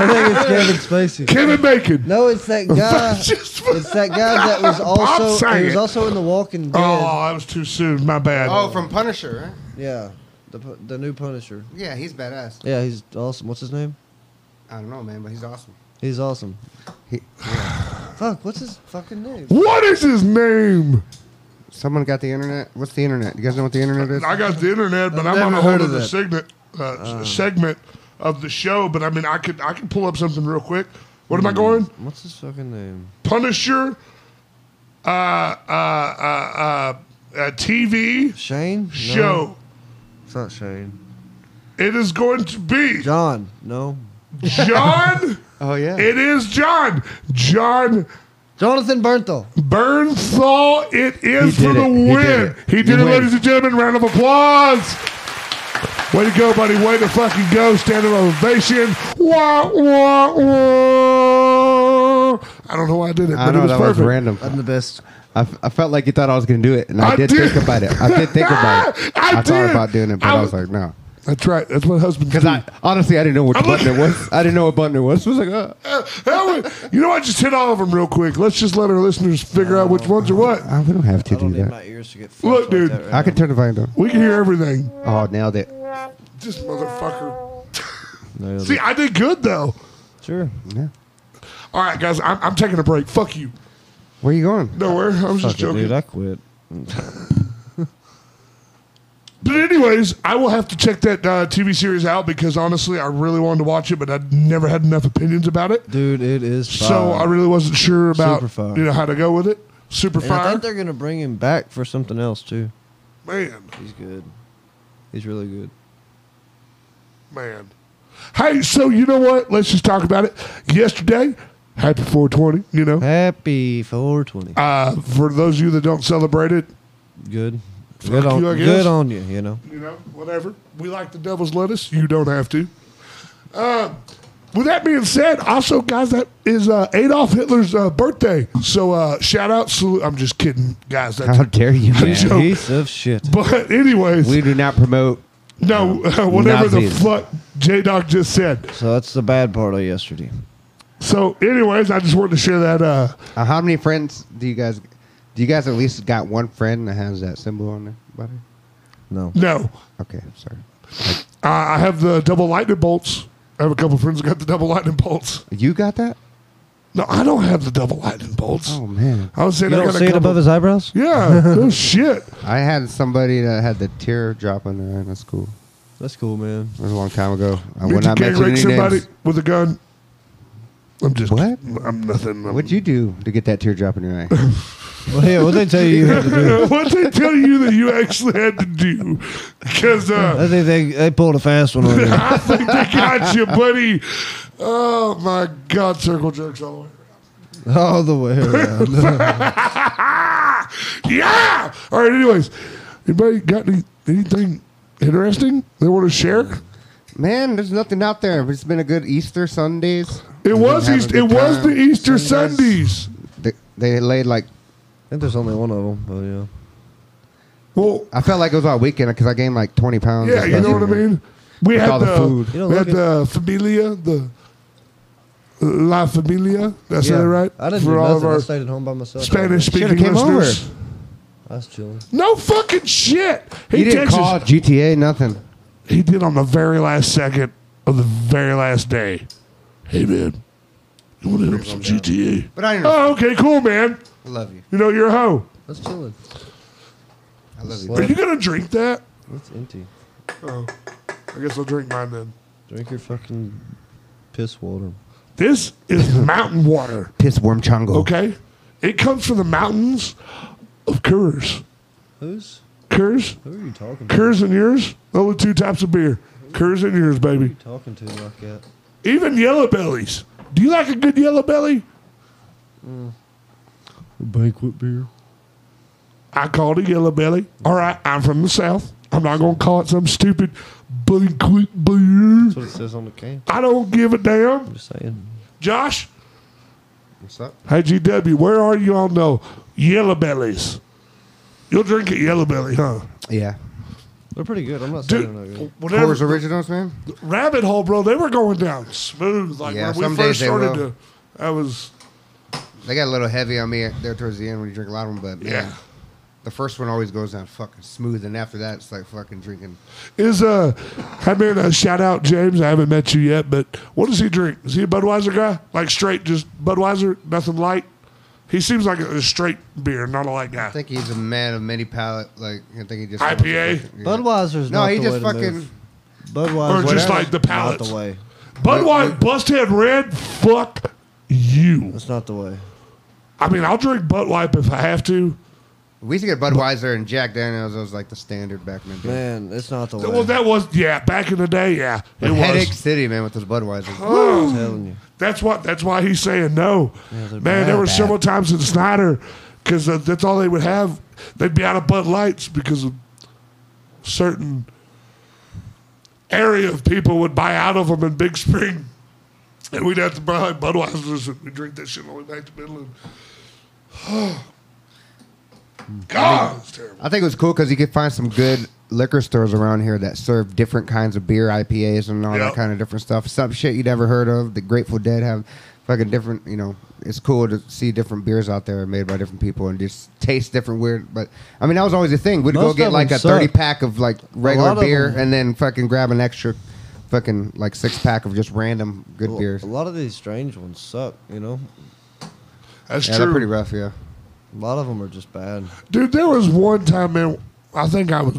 [SPEAKER 2] think it's Kevin Spacey.
[SPEAKER 1] Kevin Bacon.
[SPEAKER 2] No, it's
[SPEAKER 1] (laughs)
[SPEAKER 2] that guy.
[SPEAKER 1] Just-
[SPEAKER 2] It's that guy that was
[SPEAKER 1] Bob
[SPEAKER 2] also
[SPEAKER 1] sang
[SPEAKER 2] he was
[SPEAKER 1] it.
[SPEAKER 2] also in The Walking Dead.
[SPEAKER 1] Oh, that was too soon. My bad.
[SPEAKER 3] oh, from Punisher, right?
[SPEAKER 2] Yeah, the pu- the new Punisher.
[SPEAKER 3] Yeah, he's badass.
[SPEAKER 2] Yeah, he's awesome. What's his name?
[SPEAKER 3] I don't know, man, but he's awesome.
[SPEAKER 2] He's awesome.
[SPEAKER 3] He-
[SPEAKER 2] Fuck, what's his fucking name?
[SPEAKER 1] What is his name?
[SPEAKER 3] Someone got the internet. What's the internet? You guys know what the internet is?
[SPEAKER 1] I got the internet, but
[SPEAKER 2] I've
[SPEAKER 1] I'm on
[SPEAKER 2] never
[SPEAKER 1] a
[SPEAKER 2] heard
[SPEAKER 1] whole
[SPEAKER 2] of
[SPEAKER 1] other
[SPEAKER 2] that. Uh.
[SPEAKER 1] segment, uh, s- segment of the show. But I mean, I could I could pull up something real quick. What
[SPEAKER 2] Mm.
[SPEAKER 1] am I going?
[SPEAKER 2] What's his fucking name?
[SPEAKER 1] Punisher, uh, uh, uh, uh, uh, TV
[SPEAKER 2] Shane? No.
[SPEAKER 1] show.
[SPEAKER 2] It's not Shane.
[SPEAKER 1] It is going to be
[SPEAKER 2] John. No. (laughs)
[SPEAKER 1] John.
[SPEAKER 3] Oh yeah.
[SPEAKER 1] it is John. John
[SPEAKER 2] Jonathan Bernthal.
[SPEAKER 1] Bernthal. It is
[SPEAKER 3] He did
[SPEAKER 1] for the
[SPEAKER 3] it. He did
[SPEAKER 1] win.
[SPEAKER 3] it.
[SPEAKER 1] He did it,
[SPEAKER 3] You win.
[SPEAKER 1] ladies and gentlemen. Round of applause. Way to go, buddy. Way to fucking go. Standing ovation. Wah, wah, wah. I don't know why I did it, but
[SPEAKER 3] I
[SPEAKER 1] it
[SPEAKER 3] know
[SPEAKER 1] was
[SPEAKER 3] that
[SPEAKER 1] perfect.
[SPEAKER 3] was random.
[SPEAKER 2] I'm the best.
[SPEAKER 3] I, f- I felt like you thought I was gonna do it, and I,
[SPEAKER 1] I
[SPEAKER 3] did,
[SPEAKER 1] did.
[SPEAKER 3] think about it. I did
[SPEAKER 1] (laughs)
[SPEAKER 3] think about it.
[SPEAKER 1] I did.
[SPEAKER 3] thought about doing it, but
[SPEAKER 1] I
[SPEAKER 3] I,
[SPEAKER 1] was-
[SPEAKER 3] was like, no,
[SPEAKER 1] That's right. That's what husbands
[SPEAKER 3] because
[SPEAKER 1] do.
[SPEAKER 3] I honestly I didn't know what
[SPEAKER 1] I'm
[SPEAKER 3] button
[SPEAKER 1] looking- (laughs)
[SPEAKER 3] it was. I didn't know what button it was. I was like, uh,
[SPEAKER 1] Uh, that one- you know what? Just hit all of them real quick. Let's just let our listeners figure out which ones are what.
[SPEAKER 3] I- Ah, we don't have to
[SPEAKER 2] I don't
[SPEAKER 3] do
[SPEAKER 2] need
[SPEAKER 3] that.
[SPEAKER 2] my ears to get fucked
[SPEAKER 1] Look,
[SPEAKER 2] like
[SPEAKER 1] dude,
[SPEAKER 2] that right
[SPEAKER 3] I can
[SPEAKER 2] now.
[SPEAKER 3] turn the volume down.
[SPEAKER 1] We can hear everything.
[SPEAKER 3] Oh, nailed it.
[SPEAKER 1] Just motherfucker.
[SPEAKER 2] No,
[SPEAKER 1] See, I did good though.
[SPEAKER 2] sure.
[SPEAKER 3] Yeah.
[SPEAKER 1] All right, guys, I'm, I'm taking a break. Fuck you.
[SPEAKER 3] Where you going?
[SPEAKER 1] Nowhere. I was just
[SPEAKER 2] Fuck it,
[SPEAKER 1] joking.
[SPEAKER 2] dude. I quit.
[SPEAKER 1] But anyways, I will have to check that uh, TV series out because honestly, I really wanted to watch it, but I never had enough opinions about it,
[SPEAKER 2] Dude, it is.
[SPEAKER 1] so I really wasn't sure about
[SPEAKER 2] Superfire.
[SPEAKER 1] you know how to go with it. Super
[SPEAKER 2] And I
[SPEAKER 1] fire,
[SPEAKER 2] think they're gonna bring him back for something else too.
[SPEAKER 1] man,
[SPEAKER 2] He's good. He's really good.
[SPEAKER 1] man. Hey, so you know what? Let's just talk about it. Yesterday, happy 420. You know,
[SPEAKER 2] Happy 420.
[SPEAKER 1] uh, for those of you that don't celebrate it,
[SPEAKER 2] Good.
[SPEAKER 1] Fuck
[SPEAKER 2] Good on,
[SPEAKER 1] you, I guess.
[SPEAKER 2] good on you, you know.
[SPEAKER 1] you know, whatever. We like the devil's lettuce. You don't have to. Uh, with that being said, also, guys, that is uh, Adolf Hitler's uh, birthday. So uh, shout out, salute. I'm just kidding, guys. That's
[SPEAKER 2] (laughs)
[SPEAKER 3] How dare you, man?
[SPEAKER 1] joking.
[SPEAKER 2] Piece of shit.
[SPEAKER 1] but anyways,
[SPEAKER 3] We do not promote.
[SPEAKER 1] no, (laughs) whatever the
[SPEAKER 3] Nazis.
[SPEAKER 1] fuck J Doc just said.
[SPEAKER 2] So that's the bad part of yesterday.
[SPEAKER 1] So, anyways, I just wanted to share that. Uh,
[SPEAKER 3] Uh, how many friends do you guys? Do you guys at least got one friend that has that symbol on their body?
[SPEAKER 2] No.
[SPEAKER 1] no,
[SPEAKER 3] Okay, sorry.
[SPEAKER 1] I I have the double lightning bolts. I have a couple friends that got the double lightning bolts.
[SPEAKER 3] You got that?
[SPEAKER 1] No, I don't have the double lightning bolts.
[SPEAKER 3] Oh man,
[SPEAKER 1] I was saying
[SPEAKER 2] You
[SPEAKER 1] I
[SPEAKER 2] don't
[SPEAKER 1] got a
[SPEAKER 2] see it
[SPEAKER 1] couple-
[SPEAKER 2] above his eyebrows?
[SPEAKER 1] Yeah,
[SPEAKER 2] (laughs)
[SPEAKER 1] no shit.
[SPEAKER 3] I had somebody that had the tear drop on their eye. That's cool.
[SPEAKER 2] That's cool, man.
[SPEAKER 3] It was a long time ago. I
[SPEAKER 1] Did
[SPEAKER 3] would
[SPEAKER 1] you
[SPEAKER 3] not
[SPEAKER 1] gang
[SPEAKER 3] mention
[SPEAKER 1] rape
[SPEAKER 3] any
[SPEAKER 1] somebody
[SPEAKER 3] names.
[SPEAKER 1] with a gun? I'm just
[SPEAKER 3] What?
[SPEAKER 1] I'm nothing. I'm, (laughs)
[SPEAKER 3] What'd you do to get that teardrop in your eye?
[SPEAKER 2] Well, yeah, what they tell you you had (laughs) to do?
[SPEAKER 1] what they tell you that you actually had to do? Because
[SPEAKER 2] I
[SPEAKER 3] (laughs)
[SPEAKER 1] uh,
[SPEAKER 2] think they, they pulled a fast one on you.
[SPEAKER 1] I think they got you, buddy. Oh my God, circle jerks all the way.
[SPEAKER 2] (laughs) All the way around.
[SPEAKER 1] around. yeah. All right. Anyways, anybody got any, anything interesting they want to share?
[SPEAKER 3] Man, there's nothing out there. It's been a good Easter Sundays.
[SPEAKER 1] It
[SPEAKER 3] We've
[SPEAKER 1] was
[SPEAKER 3] been having
[SPEAKER 1] East,
[SPEAKER 3] a
[SPEAKER 1] it
[SPEAKER 3] good
[SPEAKER 1] was the
[SPEAKER 3] time.
[SPEAKER 1] Easter
[SPEAKER 3] Sundays.
[SPEAKER 1] Sundays.
[SPEAKER 3] They, they laid like
[SPEAKER 2] I think there's only one of them, but yeah.
[SPEAKER 1] Well,
[SPEAKER 3] I felt like it was all weekend because I gained like 20 pounds.
[SPEAKER 1] yeah, you know what I mean. We
[SPEAKER 3] With
[SPEAKER 1] had
[SPEAKER 3] all
[SPEAKER 1] the,
[SPEAKER 3] the food.
[SPEAKER 2] You know,
[SPEAKER 1] we had
[SPEAKER 2] look
[SPEAKER 1] the familia, the La Familia. That's
[SPEAKER 2] yeah.
[SPEAKER 1] it, right?
[SPEAKER 2] I didn't
[SPEAKER 1] For
[SPEAKER 2] do
[SPEAKER 1] all
[SPEAKER 2] nothing.
[SPEAKER 1] of our
[SPEAKER 2] I stayed at home by myself.
[SPEAKER 1] Spanish speaking
[SPEAKER 3] Should've came
[SPEAKER 1] listeners.
[SPEAKER 3] over.
[SPEAKER 2] I was chilling.
[SPEAKER 1] No fucking shit. He
[SPEAKER 3] He didn't
[SPEAKER 1] texts us-
[SPEAKER 3] call GTA nothing.
[SPEAKER 1] He did on the very last second of the very last day. Hey man, you want to hit up some GTA?
[SPEAKER 3] But I didn't.
[SPEAKER 1] Oh, okay, cool, man.
[SPEAKER 3] I love you.
[SPEAKER 1] You know you're a hoe.
[SPEAKER 2] I was chilling.
[SPEAKER 3] I love you.
[SPEAKER 1] Are you gonna drink that?
[SPEAKER 2] It's empty.
[SPEAKER 1] Oh, I guess I'll drink mine then.
[SPEAKER 2] Drink your fucking piss water.
[SPEAKER 1] This is (laughs) mountain water.
[SPEAKER 3] Piss worm chongo.
[SPEAKER 1] Okay, it comes from the mountains of Coors.
[SPEAKER 2] Who's?
[SPEAKER 1] Coors,
[SPEAKER 2] Who are you talking to?
[SPEAKER 1] Coors, and yours. Only two types of beer. Coors and yours,
[SPEAKER 2] Who are you
[SPEAKER 1] baby.
[SPEAKER 2] talking to like that?
[SPEAKER 1] Even yellow bellies. Do you like a good yellow belly?
[SPEAKER 2] Banquet beer.
[SPEAKER 1] I called it yellow belly. All right, I'm from the south. I'm not gonna call it some stupid banquet beer.
[SPEAKER 2] That's what it says on the can.
[SPEAKER 1] I don't give a damn.
[SPEAKER 2] I'm just saying.
[SPEAKER 1] Josh,
[SPEAKER 3] What's up?
[SPEAKER 1] hey GW, where are you on the yellow bellies? You'll drink it yellow belly, huh?
[SPEAKER 3] Yeah.
[SPEAKER 2] They're pretty good. I'm not saying they're not
[SPEAKER 1] Dude,
[SPEAKER 2] good.
[SPEAKER 1] whatever
[SPEAKER 3] Coors Originals, man.
[SPEAKER 1] rabbit hole, bro. They were going down smooth. Like
[SPEAKER 3] Yeah,
[SPEAKER 1] when
[SPEAKER 3] some
[SPEAKER 1] we
[SPEAKER 3] days
[SPEAKER 1] first
[SPEAKER 3] they
[SPEAKER 1] started
[SPEAKER 3] will.
[SPEAKER 1] to, I was
[SPEAKER 3] They got a little heavy on me there towards the end when you drink a lot of them, but man,
[SPEAKER 1] Yeah.
[SPEAKER 3] the first one always goes down fucking smooth, and after that, it's like fucking drinking.
[SPEAKER 1] is uh, I mean, uh, shout out James. I haven't met you yet, but what does he drink? Is he a Budweiser guy? Like straight, just Budweiser, nothing light. He seems like a straight beer, not a light guy.
[SPEAKER 3] I think he's a man of many palate. Like I think he just
[SPEAKER 1] IPA?
[SPEAKER 3] Yeah.
[SPEAKER 2] Budweiser's
[SPEAKER 3] No,
[SPEAKER 2] not
[SPEAKER 3] he
[SPEAKER 2] the way
[SPEAKER 3] just
[SPEAKER 2] to
[SPEAKER 3] fucking.
[SPEAKER 2] move. Budweiser.
[SPEAKER 1] Or just
[SPEAKER 3] whatever.
[SPEAKER 1] like the
[SPEAKER 2] Not
[SPEAKER 1] palates.
[SPEAKER 2] the way.
[SPEAKER 1] Budweiser, Busthead Red, fuck you.
[SPEAKER 2] That's not the way.
[SPEAKER 1] I mean, I'll drink Bud Light if I have to.
[SPEAKER 3] We used to get Budweiser and Jack Daniels. That was like the standard back in the day.
[SPEAKER 2] Man, that's not the way.
[SPEAKER 1] Well, that was yeah. Back in the day, yeah, it was.
[SPEAKER 3] Headache City, man, with those
[SPEAKER 2] Oh,
[SPEAKER 3] Budweiser.
[SPEAKER 2] I'm telling you.
[SPEAKER 1] That's what. That's why he's saying no.
[SPEAKER 2] they're
[SPEAKER 1] Man, there
[SPEAKER 2] bad,
[SPEAKER 1] were
[SPEAKER 2] bad.
[SPEAKER 1] several times in Snyder because uh, that's all they would have. They'd be out of Bud Lights because of certain area of people would buy out of them in Big Spring, and we'd have to buy Budweisers and we drink that shit all the way back to Midland. (sighs)
[SPEAKER 3] Hmm.
[SPEAKER 1] God, it's terrible.
[SPEAKER 3] I think it was cool because you could find some good liquor stores around here that serve different kinds of beer, IPAs, and all
[SPEAKER 1] Yep.
[SPEAKER 3] that kind of different stuff. Some shit you'd never heard of. The Grateful Dead have fucking different. You know, it's cool to see different beers out there made by different people and just taste different weird. But I mean, that was always the thing. We'd
[SPEAKER 2] Most
[SPEAKER 3] go
[SPEAKER 2] of
[SPEAKER 3] get
[SPEAKER 2] them
[SPEAKER 3] like a
[SPEAKER 2] suck.
[SPEAKER 3] thirty pack of like regular
[SPEAKER 2] lot of
[SPEAKER 3] beer
[SPEAKER 2] them-
[SPEAKER 3] and then fucking grab an extra. Fucking like six pack of just random good
[SPEAKER 2] Well,
[SPEAKER 3] beers.
[SPEAKER 2] A lot of these strange ones suck, you know?
[SPEAKER 1] That's
[SPEAKER 3] Yeah, they're
[SPEAKER 1] true.
[SPEAKER 3] pretty rough. Yeah,
[SPEAKER 2] A lot of them are just bad.
[SPEAKER 1] Dude, there was one time, man, I think I was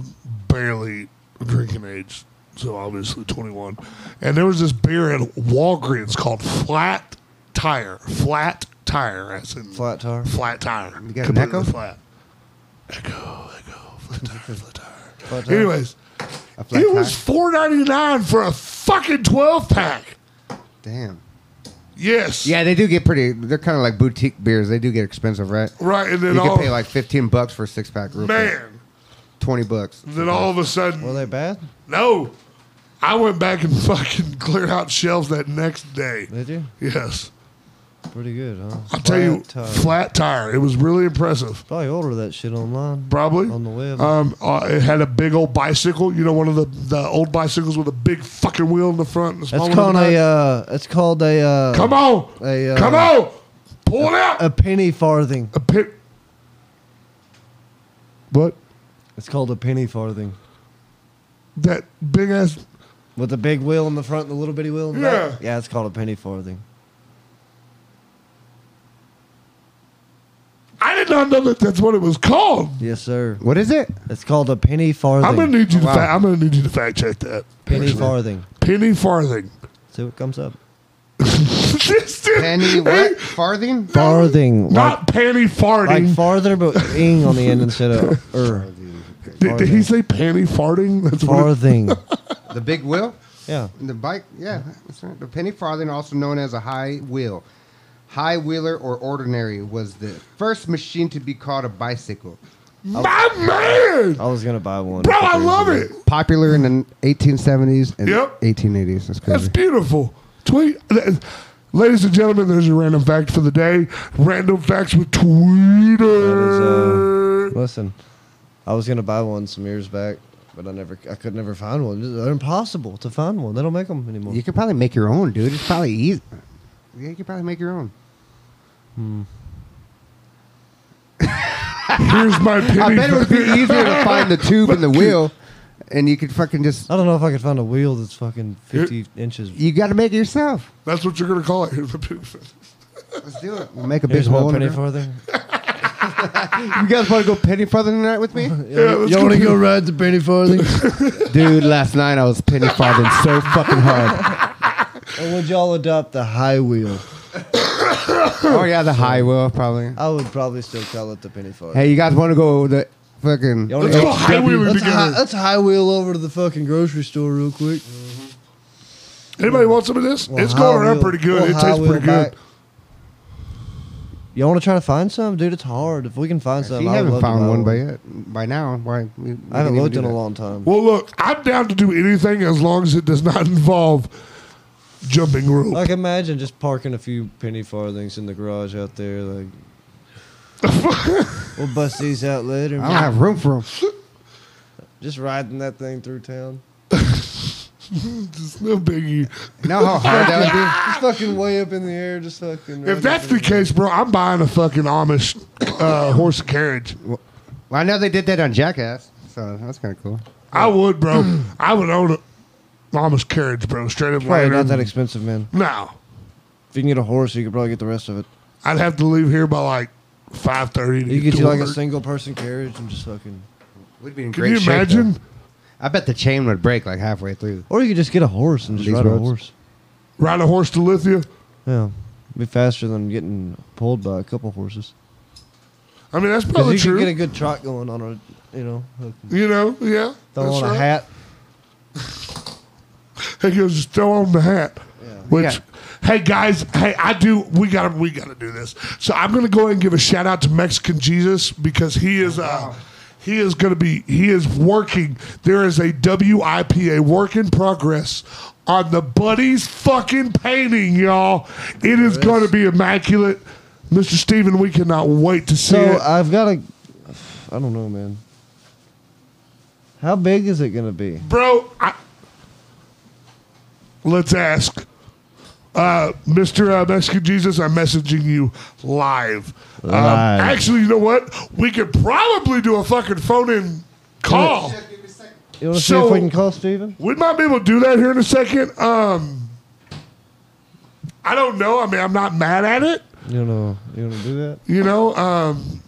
[SPEAKER 1] barely drinking age, so obviously 21. And there was this beer at Walgreens called Flat Tire. Flat Tire, as in
[SPEAKER 2] Flat tire.
[SPEAKER 1] flat tire.
[SPEAKER 3] You got an
[SPEAKER 1] Completely
[SPEAKER 3] echo?
[SPEAKER 1] Flat. Echo, echo, flat
[SPEAKER 3] (laughs)
[SPEAKER 1] tire, flat tire.
[SPEAKER 2] Flat tire.
[SPEAKER 1] Anyways,
[SPEAKER 3] a flat
[SPEAKER 1] it was
[SPEAKER 3] tire.
[SPEAKER 1] four ninety nine for a fucking 12 pack.
[SPEAKER 3] damn.
[SPEAKER 1] Yes.
[SPEAKER 3] Yeah, they do get pretty. They're kind of like boutique beers. They do get expensive, right?
[SPEAKER 1] Right, and then
[SPEAKER 3] You
[SPEAKER 1] all,
[SPEAKER 3] could pay like fifteen bucks for a six pack. real quick.
[SPEAKER 1] man,
[SPEAKER 3] twenty bucks.
[SPEAKER 1] then all of a sudden,
[SPEAKER 2] Were they bad?
[SPEAKER 1] No. I went back and (laughs) fucking cleared out shelves that next day.
[SPEAKER 2] Did you?
[SPEAKER 1] Yes.
[SPEAKER 2] Pretty good, huh?
[SPEAKER 1] I'll tell you,
[SPEAKER 2] Flat tire.
[SPEAKER 1] flat tire. It was really impressive.
[SPEAKER 2] Probably order that shit online.
[SPEAKER 1] Probably.
[SPEAKER 2] On the web.
[SPEAKER 1] Um, uh, it had a big old bicycle. You know, one of the, the old bicycles with a big fucking wheel in the front and a small
[SPEAKER 2] That's
[SPEAKER 1] one
[SPEAKER 2] called
[SPEAKER 1] in the
[SPEAKER 2] a.
[SPEAKER 1] back.
[SPEAKER 2] Uh, it's called a. Uh,
[SPEAKER 1] Come on.
[SPEAKER 2] a, uh,
[SPEAKER 1] Come on. Pull it out.
[SPEAKER 2] A penny farthing.
[SPEAKER 1] a pit. What?
[SPEAKER 2] It's called a penny farthing.
[SPEAKER 1] That big ass.
[SPEAKER 2] With the big wheel in the front and the little bitty wheel in the back? Yeah, it's called a penny farthing.
[SPEAKER 1] I did not know that that's what it was called.
[SPEAKER 2] Yes, sir.
[SPEAKER 3] What is it?
[SPEAKER 2] It's called a penny farthing.
[SPEAKER 1] I'm gonna need you to.
[SPEAKER 3] Wow.
[SPEAKER 1] Fa- I'm gonna need you to fact check that.
[SPEAKER 2] Oh, penny farthing.
[SPEAKER 1] Penny farthing. (laughs)
[SPEAKER 2] See what comes up.
[SPEAKER 1] This dude- (laughs)
[SPEAKER 3] Penny what? Farthing?
[SPEAKER 2] Farthing.
[SPEAKER 1] Not panty
[SPEAKER 2] like,
[SPEAKER 1] farting.
[SPEAKER 2] like farther, but ing on the end instead
[SPEAKER 1] (laughs)
[SPEAKER 2] of er.
[SPEAKER 1] did, did he say panty farting? That's what it,
[SPEAKER 2] Farthing.
[SPEAKER 3] The big wheel?
[SPEAKER 2] Yeah.
[SPEAKER 3] The bike? Yeah. that's right. The penny farthing, also known as a high wheel. High wheeler or ordinary was the first machine to be called a bicycle.
[SPEAKER 1] my man,
[SPEAKER 2] I was going to buy one.
[SPEAKER 1] bro, I love it.
[SPEAKER 3] Popular in the 1870s and
[SPEAKER 1] Yep.
[SPEAKER 3] 1880s.
[SPEAKER 1] That's
[SPEAKER 3] That's crazy.
[SPEAKER 1] beautiful. Tweet, ladies and gentlemen. There's your random fact for the day. Random facts with Twitter.
[SPEAKER 2] uh, Listen, I was going to buy one some years back, but I never, I could never find one. They're impossible to find one. They don't make them anymore.
[SPEAKER 3] You could probably make your own, dude. It's probably easy. Yeah, you could probably make your
[SPEAKER 1] (laughs)
[SPEAKER 3] own.
[SPEAKER 1] Here's my
[SPEAKER 3] I
[SPEAKER 1] penny.
[SPEAKER 3] bet it would be easier to find the tube and the wheel, and you could fucking just.
[SPEAKER 2] I don't know if I could find a wheel that's fucking 50 inches.
[SPEAKER 3] You got to make it yourself.
[SPEAKER 1] That's what you're gonna call it. (laughs) Here's my penny.
[SPEAKER 3] Let's do it. We'll make a big
[SPEAKER 2] Here's
[SPEAKER 3] hole
[SPEAKER 2] one
[SPEAKER 3] in
[SPEAKER 2] penny
[SPEAKER 3] it.
[SPEAKER 2] farthing.
[SPEAKER 3] You guys want to go penny farthing tonight with
[SPEAKER 1] (laughs)
[SPEAKER 3] me?
[SPEAKER 1] Yeah, let's
[SPEAKER 2] you want to
[SPEAKER 1] go-
[SPEAKER 2] go ride the penny
[SPEAKER 1] (laughs)
[SPEAKER 2] farthing?
[SPEAKER 3] (laughs) Dude, last night I was penny farthing so fucking hard.
[SPEAKER 2] or would y'all adopt the high wheel?
[SPEAKER 3] Oh yeah, the high wheel probably.
[SPEAKER 2] I would probably still call it the penny farthing.
[SPEAKER 3] Hey, you guys want to go the fucking?
[SPEAKER 2] Y'all
[SPEAKER 1] Let's
[SPEAKER 2] wanna
[SPEAKER 1] go high wheel
[SPEAKER 2] Let's, hi-
[SPEAKER 1] together.
[SPEAKER 2] let's high wheel over to the fucking grocery store real quick.
[SPEAKER 1] Anybody want some of this?
[SPEAKER 2] Well,
[SPEAKER 1] it's
[SPEAKER 2] high
[SPEAKER 1] going around
[SPEAKER 2] wheel-
[SPEAKER 1] pretty good.
[SPEAKER 2] well,
[SPEAKER 1] it
[SPEAKER 2] high
[SPEAKER 1] tastes
[SPEAKER 2] wheel
[SPEAKER 1] pretty
[SPEAKER 2] back.
[SPEAKER 1] good.
[SPEAKER 2] Y'all want to try to find some, dude? It's hard. If we can find
[SPEAKER 3] If
[SPEAKER 2] some,
[SPEAKER 3] you
[SPEAKER 2] I would
[SPEAKER 3] haven't
[SPEAKER 2] love to buy
[SPEAKER 3] found one by yet by now. Why? we- we
[SPEAKER 2] I haven't
[SPEAKER 3] didn't even
[SPEAKER 2] looked
[SPEAKER 3] do
[SPEAKER 2] in a
[SPEAKER 3] that.
[SPEAKER 2] long time.
[SPEAKER 1] Well, look, I'm down to do anything as long as it does not involve jumping rope.
[SPEAKER 2] Like imagine just parking a few penny farthings in the garage out there. Like we'll bust these out later.
[SPEAKER 3] I don't have room for them.
[SPEAKER 2] Just riding that thing through town.
[SPEAKER 1] It's no biggie.
[SPEAKER 3] You know (laughs) how hard that would
[SPEAKER 2] Just fucking way up in the air. Just fucking.
[SPEAKER 1] Ah. If
[SPEAKER 2] riding
[SPEAKER 1] that's the
[SPEAKER 2] through-
[SPEAKER 1] case, bro, I'm buying a fucking Amish uh, horse and carriage.
[SPEAKER 3] be? Well, I know they did that on Jackass, so that's kind of cool.
[SPEAKER 1] I would, bro. I would own a Amish carriage, bro. Straight up.
[SPEAKER 2] probably not
[SPEAKER 1] lantern.
[SPEAKER 2] that expensive, man.
[SPEAKER 1] No,
[SPEAKER 2] If you can get a horse, you could probably get the rest of it.
[SPEAKER 1] I'd have to leave here by like five thirty.
[SPEAKER 2] You could get you like a
[SPEAKER 1] work.
[SPEAKER 2] single person carriage and just fucking.
[SPEAKER 3] We'd be in
[SPEAKER 1] Can
[SPEAKER 3] great
[SPEAKER 1] you
[SPEAKER 3] shape,
[SPEAKER 1] imagine?
[SPEAKER 3] though. I bet the chain would break like halfway through.
[SPEAKER 2] Or you could just get a horse and just
[SPEAKER 3] These
[SPEAKER 2] ride a
[SPEAKER 3] roads?
[SPEAKER 2] horse.
[SPEAKER 1] Ride a horse to Lithia.
[SPEAKER 2] Yeah. be faster than getting pulled by a couple horses.
[SPEAKER 1] I mean, that's
[SPEAKER 2] 'Cause
[SPEAKER 1] probably
[SPEAKER 2] you
[SPEAKER 1] Oh, true.
[SPEAKER 2] can get a good trot going on a, you know, a,
[SPEAKER 1] you know, yeah.
[SPEAKER 2] throw
[SPEAKER 1] that's
[SPEAKER 2] on a
[SPEAKER 1] right.
[SPEAKER 2] hat.
[SPEAKER 1] Hey, girls, just throw on the hat. Which,
[SPEAKER 3] Yeah.
[SPEAKER 1] hey guys, hey, I do. We gotta, we gotta do this. So I'm gonna go ahead and give a shout out to Mexican Jesus because he is, uh, he is gonna be, he is working. There is a WIPA work in progress on the buddy's fucking painting, y'all. It is gonna be immaculate, Mr. Steven, We cannot wait to see
[SPEAKER 2] So
[SPEAKER 1] it.
[SPEAKER 2] I've got a, I don't know, man. How big is it gonna be?
[SPEAKER 1] bro. I, let's ask, uh, Mister uh, Mexican Jesus. I'm messaging you live. Um,
[SPEAKER 2] Live.
[SPEAKER 1] actually, you know what? We could probably do a fucking phone-in call.
[SPEAKER 2] You want to see
[SPEAKER 1] So-
[SPEAKER 2] if we can call Steven?
[SPEAKER 1] We might be able to do that here in a second. Um, I don't know. I mean, I'm not mad at it.
[SPEAKER 2] You know, you want to do that?
[SPEAKER 1] You know, um,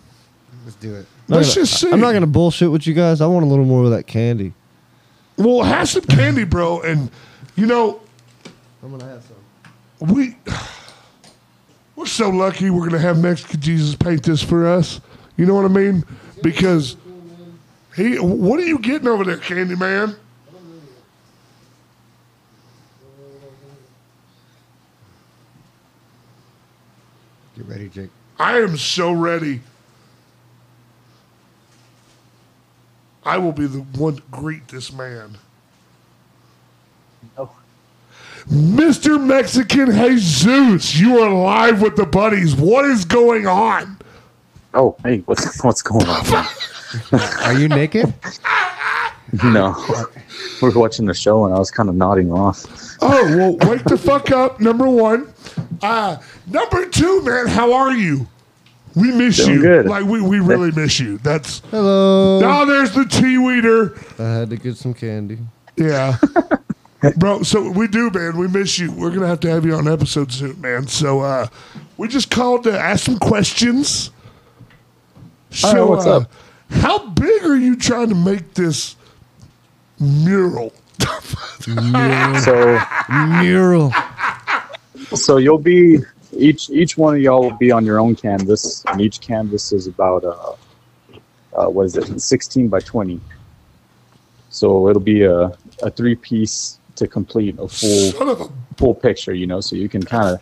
[SPEAKER 3] Let's do it.
[SPEAKER 2] Not
[SPEAKER 1] Let's
[SPEAKER 2] gonna-
[SPEAKER 1] just see.
[SPEAKER 2] I'm not gonna bullshit with you guys. I want a little more of that candy.
[SPEAKER 1] well, have some candy, bro, and you know,
[SPEAKER 2] I'm gonna have some.
[SPEAKER 1] we (sighs) we're so lucky we're gonna have Mexican Jesus paint this for us. You know what I mean? Because he, what are you getting over there, Candy Man?
[SPEAKER 3] Get ready, Jake.
[SPEAKER 1] I am so ready. I will be the one to greet this man.
[SPEAKER 4] Oh.
[SPEAKER 1] Mr. Mexican Jesus, you are live with the buddies. What is going on?
[SPEAKER 4] Oh, hey, what's (laughs) what's going on?
[SPEAKER 3] Are you naked?
[SPEAKER 4] no, we were watching the show and I was kind of nodding off.
[SPEAKER 1] Oh well, wake the fuck up. Number one, uh, number two, man. How are you? We miss
[SPEAKER 4] Doing
[SPEAKER 1] you.
[SPEAKER 4] good.
[SPEAKER 1] Like we, we really miss you. That's
[SPEAKER 2] Hello.
[SPEAKER 1] now. There's the tea weeder.
[SPEAKER 2] I had to get some candy.
[SPEAKER 1] Yeah,
[SPEAKER 4] (laughs)
[SPEAKER 1] bro. So we do, man. We miss you. We're gonna have to have you on episode soon, man. So uh, we just called to ask some questions. So
[SPEAKER 4] right, what's
[SPEAKER 1] uh,
[SPEAKER 4] up?
[SPEAKER 1] How big are you trying to make this mural? (laughs)
[SPEAKER 4] So,
[SPEAKER 2] Mural.
[SPEAKER 4] so you'll be each each one of y'all will be on your own canvas, and each canvas is about uh, uh what is it, sixteen by twenty. So it'll be a a three piece to complete a full
[SPEAKER 1] Son of a
[SPEAKER 4] full picture, you know, so you can kind of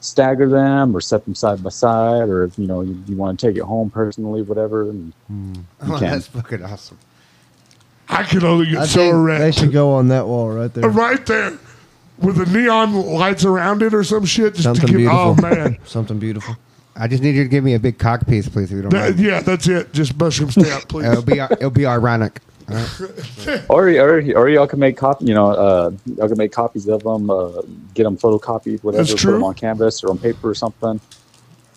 [SPEAKER 4] stagger them or set them side by side, or you know, you, you want to take it home personally, whatever. And
[SPEAKER 3] (laughs) Oh,
[SPEAKER 4] can.
[SPEAKER 3] that's fucking awesome.
[SPEAKER 1] I can only get
[SPEAKER 2] I
[SPEAKER 1] so
[SPEAKER 2] think
[SPEAKER 1] erect.
[SPEAKER 2] they should go on that wall right there.
[SPEAKER 1] right there with the neon lights around it or some shit. Just
[SPEAKER 2] Something
[SPEAKER 1] to give,
[SPEAKER 2] beautiful.
[SPEAKER 1] Oh man,
[SPEAKER 2] (laughs) Something beautiful.
[SPEAKER 3] I just need you to give me a big cock piece, please, if you don't
[SPEAKER 1] That-
[SPEAKER 3] mind.
[SPEAKER 1] yeah, that's it. Just mushroom
[SPEAKER 2] (laughs)
[SPEAKER 1] stamp, please.
[SPEAKER 3] It'll be it'll be ironic. All right.
[SPEAKER 4] or or or y'all can make copy, you know, uh, y'all can make copies of them, uh, get them photocopied, whatever,
[SPEAKER 1] That's
[SPEAKER 4] put
[SPEAKER 1] true.
[SPEAKER 4] them on canvas or on paper or something.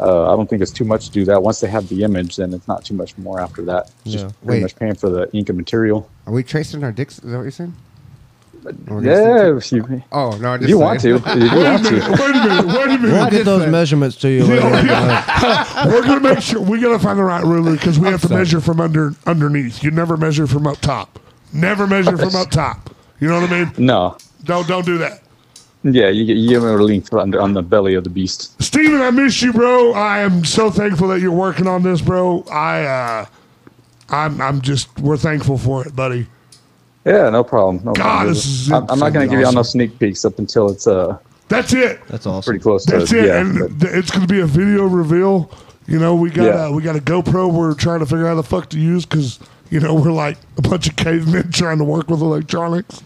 [SPEAKER 4] Uh, I don't think it's too much to do that. Once they have the image, then it's not too much more after that. It's
[SPEAKER 2] Yeah.
[SPEAKER 4] Just pretty
[SPEAKER 3] Wait.
[SPEAKER 4] much paying for the ink and material.
[SPEAKER 3] Are we tracing our dicks? Is that what you're saying? We're gonna stick
[SPEAKER 4] Yeah,
[SPEAKER 3] to-
[SPEAKER 4] if you,
[SPEAKER 3] Oh no! I
[SPEAKER 4] if
[SPEAKER 3] just
[SPEAKER 4] you want to,
[SPEAKER 3] saying.
[SPEAKER 4] if you
[SPEAKER 1] Wait a (laughs)
[SPEAKER 4] want
[SPEAKER 1] minute.
[SPEAKER 4] to.
[SPEAKER 1] Wait a minute. Wait
[SPEAKER 2] (laughs)
[SPEAKER 1] a
[SPEAKER 2] I'll
[SPEAKER 1] minute.
[SPEAKER 2] get those measurements to
[SPEAKER 1] (laughs)
[SPEAKER 2] you later.
[SPEAKER 1] Yeah, yeah. (laughs) We're gonna make sure we gotta find the right ruler because we have to
[SPEAKER 3] sorry.
[SPEAKER 1] measure from under underneath. You never measure from up top. Never measure from up top. You know what I mean?
[SPEAKER 4] No,
[SPEAKER 1] Don't don't do that.
[SPEAKER 4] yeah, you, you give them a link for under on the belly of the beast.
[SPEAKER 1] Steven, I miss you, bro. I am so thankful that you're working on this, bro. I uh I'm I'm just we're thankful for it, buddy.
[SPEAKER 4] Yeah, no problem. No problem.
[SPEAKER 1] this is
[SPEAKER 4] I'm, I'm not going to give you all no sneak peeks up until it's uh
[SPEAKER 1] That's it.
[SPEAKER 2] That's awesome.
[SPEAKER 4] pretty close to
[SPEAKER 1] That's it,
[SPEAKER 4] Uh, yeah.
[SPEAKER 1] and
[SPEAKER 4] but-
[SPEAKER 1] th- it's going to be a video reveal. You know, we got
[SPEAKER 4] Yeah.
[SPEAKER 1] uh, we got a GoPro. We're trying to figure out how the fuck to use because you know we're like a bunch of cavemen (laughs) trying to work with electronics.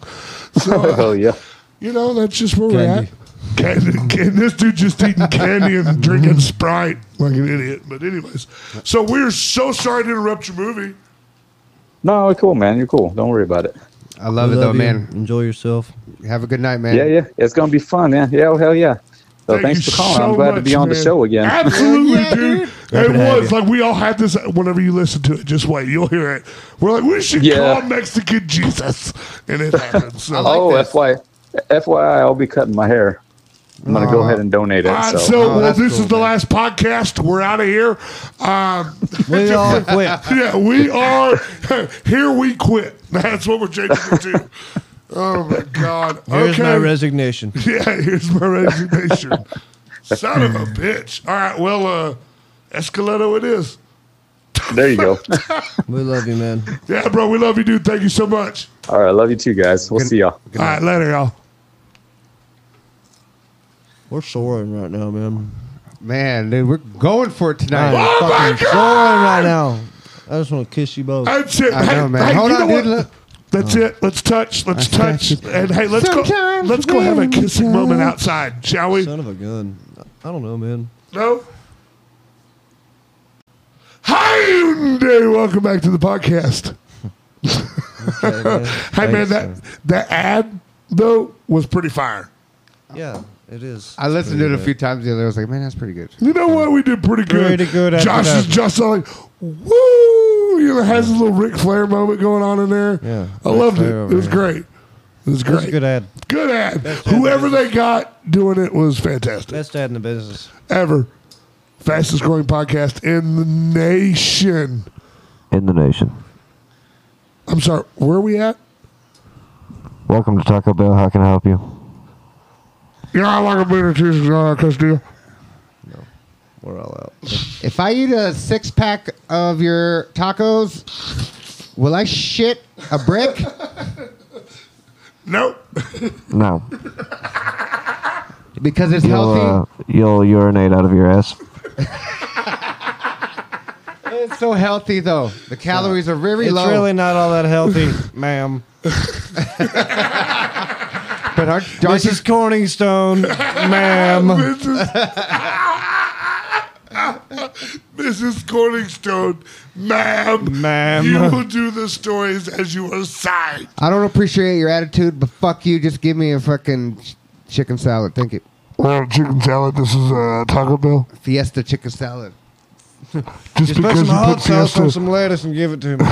[SPEAKER 1] So uh, (laughs)
[SPEAKER 4] oh yeah.
[SPEAKER 1] you know that's just where
[SPEAKER 2] Candy.
[SPEAKER 1] we're at. Candy, can, this dude just eating candy
[SPEAKER 4] (laughs)
[SPEAKER 1] and drinking Sprite like an idiot. But anyways, so we're so sorry to interrupt your movie.
[SPEAKER 4] No, cool, man. You're cool. Don't worry about it.
[SPEAKER 3] I love it
[SPEAKER 2] We
[SPEAKER 3] though,
[SPEAKER 2] you.
[SPEAKER 3] man.
[SPEAKER 2] Enjoy yourself.
[SPEAKER 3] Have a good night, man.
[SPEAKER 4] Yeah, yeah. It's gonna be fun, yeah. Yeah, oh, hell yeah. So
[SPEAKER 1] Thank
[SPEAKER 4] thanks
[SPEAKER 1] you
[SPEAKER 4] for calling.
[SPEAKER 1] so
[SPEAKER 4] I'm glad to be
[SPEAKER 1] much,
[SPEAKER 4] on the
[SPEAKER 1] man.
[SPEAKER 4] show again.
[SPEAKER 1] Absolutely, dude.
[SPEAKER 2] Happy
[SPEAKER 1] It
[SPEAKER 2] to have
[SPEAKER 1] was
[SPEAKER 2] you.
[SPEAKER 1] like we all had this. Whenever you listen to it, just wait, you'll hear it. We're like, we should
[SPEAKER 4] Yeah.
[SPEAKER 1] call Mexican Jesus, and it happened. So,
[SPEAKER 4] oh,
[SPEAKER 3] this.
[SPEAKER 4] FY, FYI, I'll be cutting my hair. I'm gonna go
[SPEAKER 3] Aw.
[SPEAKER 4] ahead and donate it.
[SPEAKER 1] all right,
[SPEAKER 4] so.
[SPEAKER 1] Ah, so,
[SPEAKER 3] Oh,
[SPEAKER 1] well,
[SPEAKER 3] that's
[SPEAKER 1] this is
[SPEAKER 3] cool,
[SPEAKER 1] the
[SPEAKER 3] man.
[SPEAKER 1] last podcast. We're out of here. Um, (laughs)
[SPEAKER 2] We all quit.
[SPEAKER 1] yeah, we are (laughs) here. We quit. That's what we're changing it to. Oh my God.
[SPEAKER 2] Here's
[SPEAKER 1] okay. (laughs)
[SPEAKER 2] my resignation.
[SPEAKER 3] (laughs)
[SPEAKER 1] yeah, here's my resignation. Son of a bitch. All right, well, uh, Escaleto it is.
[SPEAKER 4] There
[SPEAKER 1] (laughs)
[SPEAKER 4] you go.
[SPEAKER 2] We love you, man.
[SPEAKER 1] Yeah, bro, we love you, dude. Thank you so much.
[SPEAKER 4] All right, love you too, guys. We'll see y'all.
[SPEAKER 1] All right, later, y'all.
[SPEAKER 2] We're soaring right now, man.
[SPEAKER 3] Man, dude, we're going for it tonight.
[SPEAKER 2] I'm
[SPEAKER 1] Oh my
[SPEAKER 2] fucking
[SPEAKER 1] God!
[SPEAKER 2] soaring right now. I just want to kiss you both.
[SPEAKER 1] That's it.
[SPEAKER 3] I
[SPEAKER 1] Hey,
[SPEAKER 3] know, man.
[SPEAKER 1] hey,
[SPEAKER 3] Hold
[SPEAKER 1] you
[SPEAKER 3] on,
[SPEAKER 1] know
[SPEAKER 3] dude.
[SPEAKER 1] what?
[SPEAKER 3] Look. Oh.
[SPEAKER 1] That's it. Let's touch. Let's
[SPEAKER 3] I
[SPEAKER 1] touch.
[SPEAKER 3] touched
[SPEAKER 1] And hey, let's go.
[SPEAKER 3] Sometimes
[SPEAKER 1] Let's go have a
[SPEAKER 3] when we
[SPEAKER 1] kissing moment
[SPEAKER 3] touch.
[SPEAKER 1] outside, shall we?
[SPEAKER 2] Son of a gun. I don't know, man.
[SPEAKER 1] No. Hi, day. Welcome back to the podcast.
[SPEAKER 2] Okay, man.
[SPEAKER 1] Hey, man,
[SPEAKER 2] Thanks,
[SPEAKER 1] that the ad though was pretty fire.
[SPEAKER 2] Yeah, it is.
[SPEAKER 3] I listened to it a few times the other. I was like, man, that's pretty good.
[SPEAKER 1] You know what? We did pretty good.
[SPEAKER 2] Pretty good after
[SPEAKER 1] Josh is
[SPEAKER 2] that.
[SPEAKER 1] just uh, like, woo! You know, has a little Ric Flair moment going on in there.
[SPEAKER 2] Yeah,
[SPEAKER 1] I
[SPEAKER 2] Ric
[SPEAKER 1] loved it.
[SPEAKER 2] Flair
[SPEAKER 1] It
[SPEAKER 2] over
[SPEAKER 1] was
[SPEAKER 2] here.
[SPEAKER 1] great. It was
[SPEAKER 2] That's a
[SPEAKER 1] great.
[SPEAKER 2] good ad.
[SPEAKER 1] Good ad.
[SPEAKER 2] Best ad
[SPEAKER 1] Whoever
[SPEAKER 2] in
[SPEAKER 1] they got doing it was fantastic.
[SPEAKER 2] Best ad in the business.
[SPEAKER 1] Ever. Fastest growing podcast in the nation.
[SPEAKER 5] in the nation.
[SPEAKER 1] I'm sorry, where are we at?
[SPEAKER 5] Welcome to Taco Bell. How can I help you?
[SPEAKER 1] You know, I like a beer and cheese uh, quesadilla.
[SPEAKER 2] We're all out.
[SPEAKER 3] If I eat a six pack of your tacos, will I shit a brick?
[SPEAKER 1] Nope.
[SPEAKER 5] No.
[SPEAKER 3] Because it's
[SPEAKER 5] You'll, uh,
[SPEAKER 3] healthy.
[SPEAKER 5] you'll urinate out of your ass.
[SPEAKER 3] It's so healthy though. The calories are very
[SPEAKER 2] It's
[SPEAKER 3] low.
[SPEAKER 2] really not all that (laughs) healthy, ma'am.
[SPEAKER 3] but aren't, aren't you
[SPEAKER 2] Mrs. (laughs) Corningstone, ma'am.
[SPEAKER 1] Mrs.
[SPEAKER 2] (laughs)
[SPEAKER 1] Mrs. Corningstone, ma'am,
[SPEAKER 2] Ma'am.
[SPEAKER 1] you will do the stories as you are signed.
[SPEAKER 3] I don't appreciate your attitude, but fuck you. Just give me a fucking ch- chicken salad. Thank you.
[SPEAKER 1] Well, chicken salad. This is uh, Taco Bell.
[SPEAKER 3] Fiesta chicken salad.
[SPEAKER 1] Just,
[SPEAKER 2] Just put some hot sauce on some lettuce and give it to me.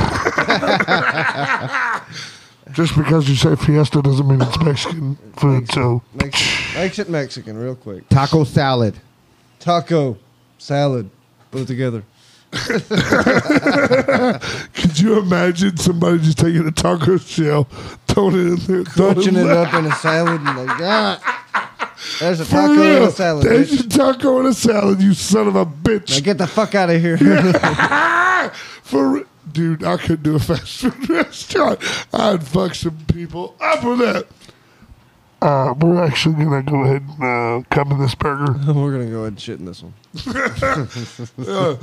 [SPEAKER 1] just because you say Fiesta doesn't mean it's Mexican food. So
[SPEAKER 2] Makes it, makes it Mexican real quick.
[SPEAKER 3] Taco salad.
[SPEAKER 2] Taco, salad, put it together.
[SPEAKER 1] could you imagine somebody just taking a taco shell, throwing it in there, throwing
[SPEAKER 2] Bunching it
[SPEAKER 1] in
[SPEAKER 2] up in a salad and like, ah, there's a
[SPEAKER 1] For
[SPEAKER 2] taco
[SPEAKER 1] real,
[SPEAKER 2] in a salad,
[SPEAKER 1] there's your
[SPEAKER 2] bitch.
[SPEAKER 1] taco in a salad. You son of a bitch.
[SPEAKER 2] Now get the fuck out of here.
[SPEAKER 1] For re- dude, I could do a fast food (laughs) restaurant. I'd fuck some people up with that. Uh, we're actually gonna go ahead and uh, come to this
[SPEAKER 2] (laughs)
[SPEAKER 1] burger.
[SPEAKER 2] We're gonna go ahead and shit in this one.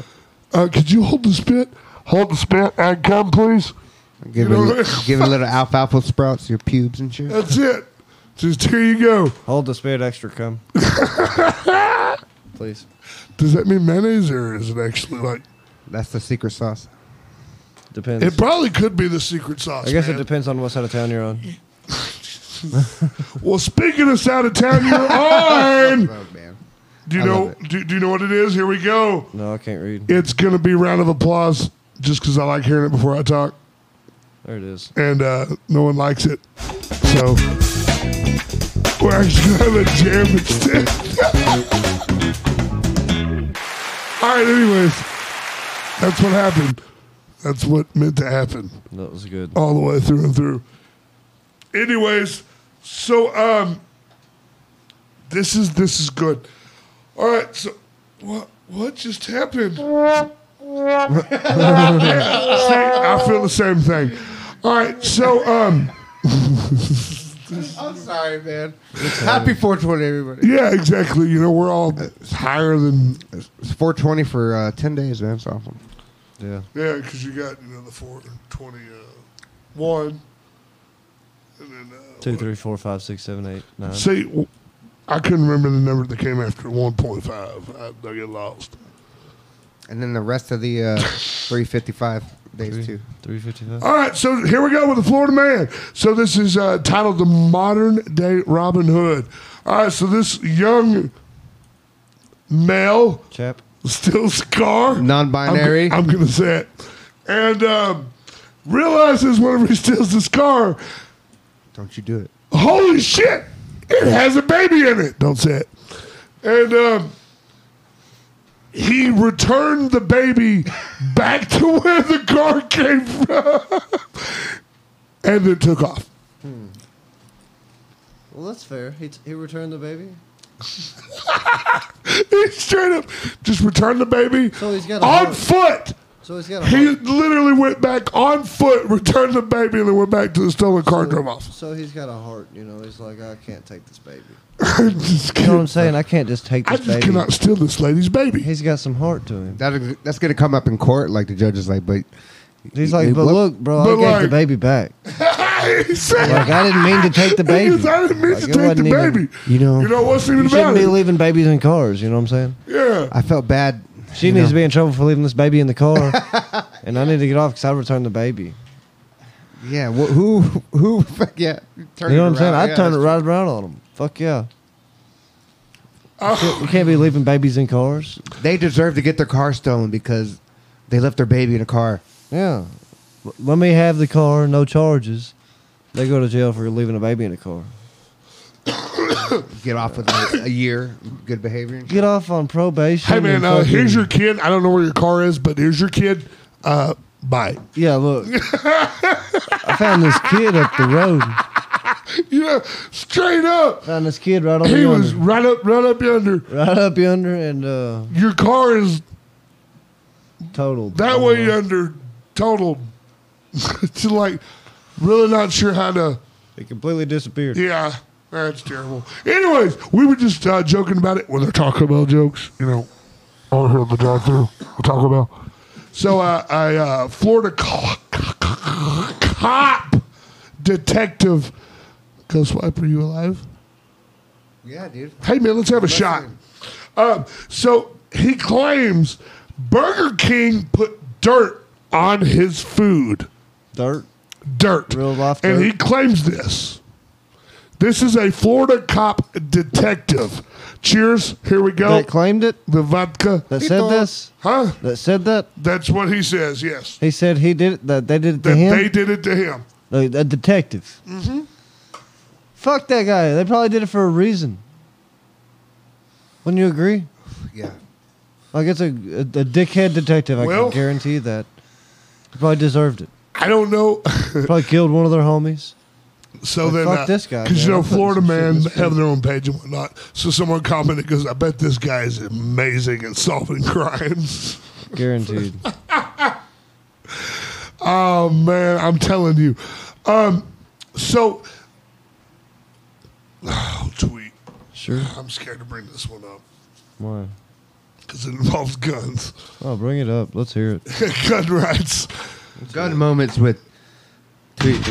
[SPEAKER 2] (laughs)
[SPEAKER 1] Uh, could you hold the spit? Hold the spit and come, please.
[SPEAKER 3] Give
[SPEAKER 1] You
[SPEAKER 3] it, a
[SPEAKER 1] know
[SPEAKER 3] li-
[SPEAKER 1] what?
[SPEAKER 3] give it a little alfalfa sprouts, your pubes and shit.
[SPEAKER 1] That's it. Just here you go.
[SPEAKER 2] Hold the spit extra cum. (laughs) Please.
[SPEAKER 1] Does that mean mayonnaise or is it actually like?
[SPEAKER 3] That's the secret sauce.
[SPEAKER 2] Depends.
[SPEAKER 1] It probably could be the secret sauce.
[SPEAKER 2] I guess
[SPEAKER 1] man.
[SPEAKER 2] it depends on what side of town you're on.
[SPEAKER 1] Well, speaking of out of town, you're on.
[SPEAKER 3] Oh man.
[SPEAKER 1] Do you
[SPEAKER 3] I love
[SPEAKER 1] know? Do, do you know what it is? Here we go.
[SPEAKER 2] No, I can't read.
[SPEAKER 1] It's gonna be round of applause just because I like hearing it before I talk.
[SPEAKER 2] There it is.
[SPEAKER 1] and uh, no one likes it. So we're actually gonna have a jam instead. (laughs) All right, anyways, that's what happened. That's what meant to happen
[SPEAKER 2] That was good.
[SPEAKER 1] all the way through and through. Anyways, so um, this is this is good. All right, so what what just happened? (laughs) Yeah, see, I feel the same thing. All right, so um,
[SPEAKER 3] I'm sorry, man. Happy 420, everybody.
[SPEAKER 1] yeah, exactly. You know, we're all higher than
[SPEAKER 3] It's 420 for uh, 10 days, man. It's awesome.
[SPEAKER 2] Yeah.
[SPEAKER 1] yeah, because you got you know the four twenty uh, one, and then uh,
[SPEAKER 2] Two, three, four, five, six, seven, eight, nine.
[SPEAKER 1] See, w- I couldn't remember the number that came after 1.5. I, I get lost.
[SPEAKER 3] And then the rest of the
[SPEAKER 2] (laughs)
[SPEAKER 3] uh, 355 days, too.
[SPEAKER 2] Three fifty-five.
[SPEAKER 1] All right, so here we go with the Florida Man. So this is uh, titled The Modern Day Robin Hood. All right, so this young male,
[SPEAKER 2] Chap.
[SPEAKER 1] still scar,
[SPEAKER 3] Non-binary.
[SPEAKER 1] I'm, going to say it. And um, realizes whenever he steals this car,
[SPEAKER 3] Don't you do it.
[SPEAKER 1] holy shit, it has a baby in it. Don't say it. And um, he returned the baby back to where the car came from and then took off.
[SPEAKER 2] Well, that's fair. He, he returned the baby.
[SPEAKER 1] He straight up just returned the baby
[SPEAKER 2] So he's got a
[SPEAKER 1] on
[SPEAKER 2] heart.
[SPEAKER 1] foot.
[SPEAKER 2] So he's got a
[SPEAKER 1] He
[SPEAKER 2] heart.
[SPEAKER 1] literally went back on foot, returned the baby, and then went back to the stolen car and drove off. (laughs)
[SPEAKER 2] So he's got a heart, you know. He's like, I can't take this baby.
[SPEAKER 1] Just
[SPEAKER 2] You know what I'm
[SPEAKER 1] kidding.
[SPEAKER 2] saying? I can't just take
[SPEAKER 1] I
[SPEAKER 2] this
[SPEAKER 1] just
[SPEAKER 2] baby.
[SPEAKER 1] cannot steal this lady's baby.
[SPEAKER 2] He's got some heart to him.
[SPEAKER 3] That, that's going to come up in court. Like the judge is like, but
[SPEAKER 2] He's like,
[SPEAKER 3] It-
[SPEAKER 2] but
[SPEAKER 3] what-
[SPEAKER 2] look, bro, I
[SPEAKER 1] But
[SPEAKER 2] gave the
[SPEAKER 1] like-
[SPEAKER 2] baby back.
[SPEAKER 1] he said,
[SPEAKER 2] Like I didn't mean to take the baby.
[SPEAKER 1] Because I didn't mean
[SPEAKER 2] Like,
[SPEAKER 1] to
[SPEAKER 2] it
[SPEAKER 1] take the
[SPEAKER 2] wasn't even-
[SPEAKER 1] baby.
[SPEAKER 2] you know,
[SPEAKER 1] You know what's even
[SPEAKER 2] you shouldn't
[SPEAKER 1] about
[SPEAKER 2] be
[SPEAKER 1] it?
[SPEAKER 2] leaving babies in cars. You know what I'm saying?
[SPEAKER 1] yeah.
[SPEAKER 3] I felt bad.
[SPEAKER 2] She
[SPEAKER 3] you
[SPEAKER 2] needs to
[SPEAKER 3] know.
[SPEAKER 2] be in trouble for leaving this baby in the (laughs) car, and I need to get off because I returned the baby.
[SPEAKER 3] Yeah, wh- who who (laughs) fuck yeah? Turn
[SPEAKER 2] you know what
[SPEAKER 3] it
[SPEAKER 2] I'm saying?
[SPEAKER 3] around,
[SPEAKER 2] I
[SPEAKER 3] yeah,
[SPEAKER 2] turned it
[SPEAKER 3] that's-
[SPEAKER 2] right around on him. Fuck yeah!
[SPEAKER 1] Oh,
[SPEAKER 2] You can't be leaving babies in cars.
[SPEAKER 3] They deserve to get their car stolen because they left their baby in a car.
[SPEAKER 2] Yeah, L- let me have the car, no charges. They go to jail for leaving a baby in a car.
[SPEAKER 3] Get off with like a year good behavior. And shit.
[SPEAKER 2] Get off on probation.
[SPEAKER 1] hey, man,
[SPEAKER 2] and
[SPEAKER 1] uh, here's your
[SPEAKER 2] fucking-
[SPEAKER 1] kid. I don't know where your car is, but here's your kid. Uh, (laughs) bye.
[SPEAKER 2] Yeah, look, I found this kid up the road.
[SPEAKER 1] You know, straight up.
[SPEAKER 2] Found this kid right on
[SPEAKER 1] He
[SPEAKER 2] the
[SPEAKER 1] was right up, right up yonder.
[SPEAKER 2] right up yonder and uh
[SPEAKER 1] Your car is
[SPEAKER 2] totaled.
[SPEAKER 1] that way yonder, (laughs) totaled. to like, really not sure how to.
[SPEAKER 2] It completely disappeared.
[SPEAKER 1] uh, Yeah, that's terrible. Anyways, we were just uh, joking about it with our Taco Bell jokes, you know, over here at the drive through Taco Bell. So uh, a uh, Florida co- co- co- cop detective goes, "Wipe, are you alive?"
[SPEAKER 3] Yeah, dude.
[SPEAKER 1] Hey man, let's have a shot. Uh, so he claims Burger King put dirt on his food
[SPEAKER 2] Dirt.
[SPEAKER 1] dirt.
[SPEAKER 2] Real life
[SPEAKER 1] and
[SPEAKER 2] dirt.
[SPEAKER 1] he claims this. This is a Florida cop detective. Cheers. Here we go.
[SPEAKER 2] That claimed it.
[SPEAKER 1] the vodka.
[SPEAKER 2] That said this.
[SPEAKER 1] Huh?
[SPEAKER 2] That said that.
[SPEAKER 1] That's what he says, yes.
[SPEAKER 2] He said he did it. That they did it to
[SPEAKER 1] That they
[SPEAKER 2] him.
[SPEAKER 1] did it to him.
[SPEAKER 2] A a detective. Mm-hmm. Fuck that guy. They probably did it for a reason. Wouldn't you
[SPEAKER 1] (sighs)
[SPEAKER 2] agree?
[SPEAKER 3] Yeah.
[SPEAKER 2] Like it's a a, a dickhead detective. I
[SPEAKER 1] Well-
[SPEAKER 2] can guarantee you that. He probably deserved it.
[SPEAKER 1] I don't know. (laughs)
[SPEAKER 2] Probably killed one of their homies.
[SPEAKER 1] so
[SPEAKER 2] Like,
[SPEAKER 1] then,
[SPEAKER 2] fuck this guy,
[SPEAKER 1] Because,
[SPEAKER 2] man.
[SPEAKER 1] you know,
[SPEAKER 2] I'm putting
[SPEAKER 1] Florida
[SPEAKER 2] some shit in
[SPEAKER 1] man
[SPEAKER 2] this
[SPEAKER 1] have their own page and whatnot. So someone commented, goes, I bet this guy is amazing at solving (laughs) crimes. (laughs)
[SPEAKER 2] Guaranteed.
[SPEAKER 1] Oh man, I'm telling you. Um, so, (sighs) oh, tweet.
[SPEAKER 2] sure.
[SPEAKER 1] I'm scared to bring this one up
[SPEAKER 2] Why?
[SPEAKER 1] because it involves guns, (laughs)
[SPEAKER 2] Oh, bring it up. Let's hear it.
[SPEAKER 1] gun rights.
[SPEAKER 3] Gun moments with. Tweet.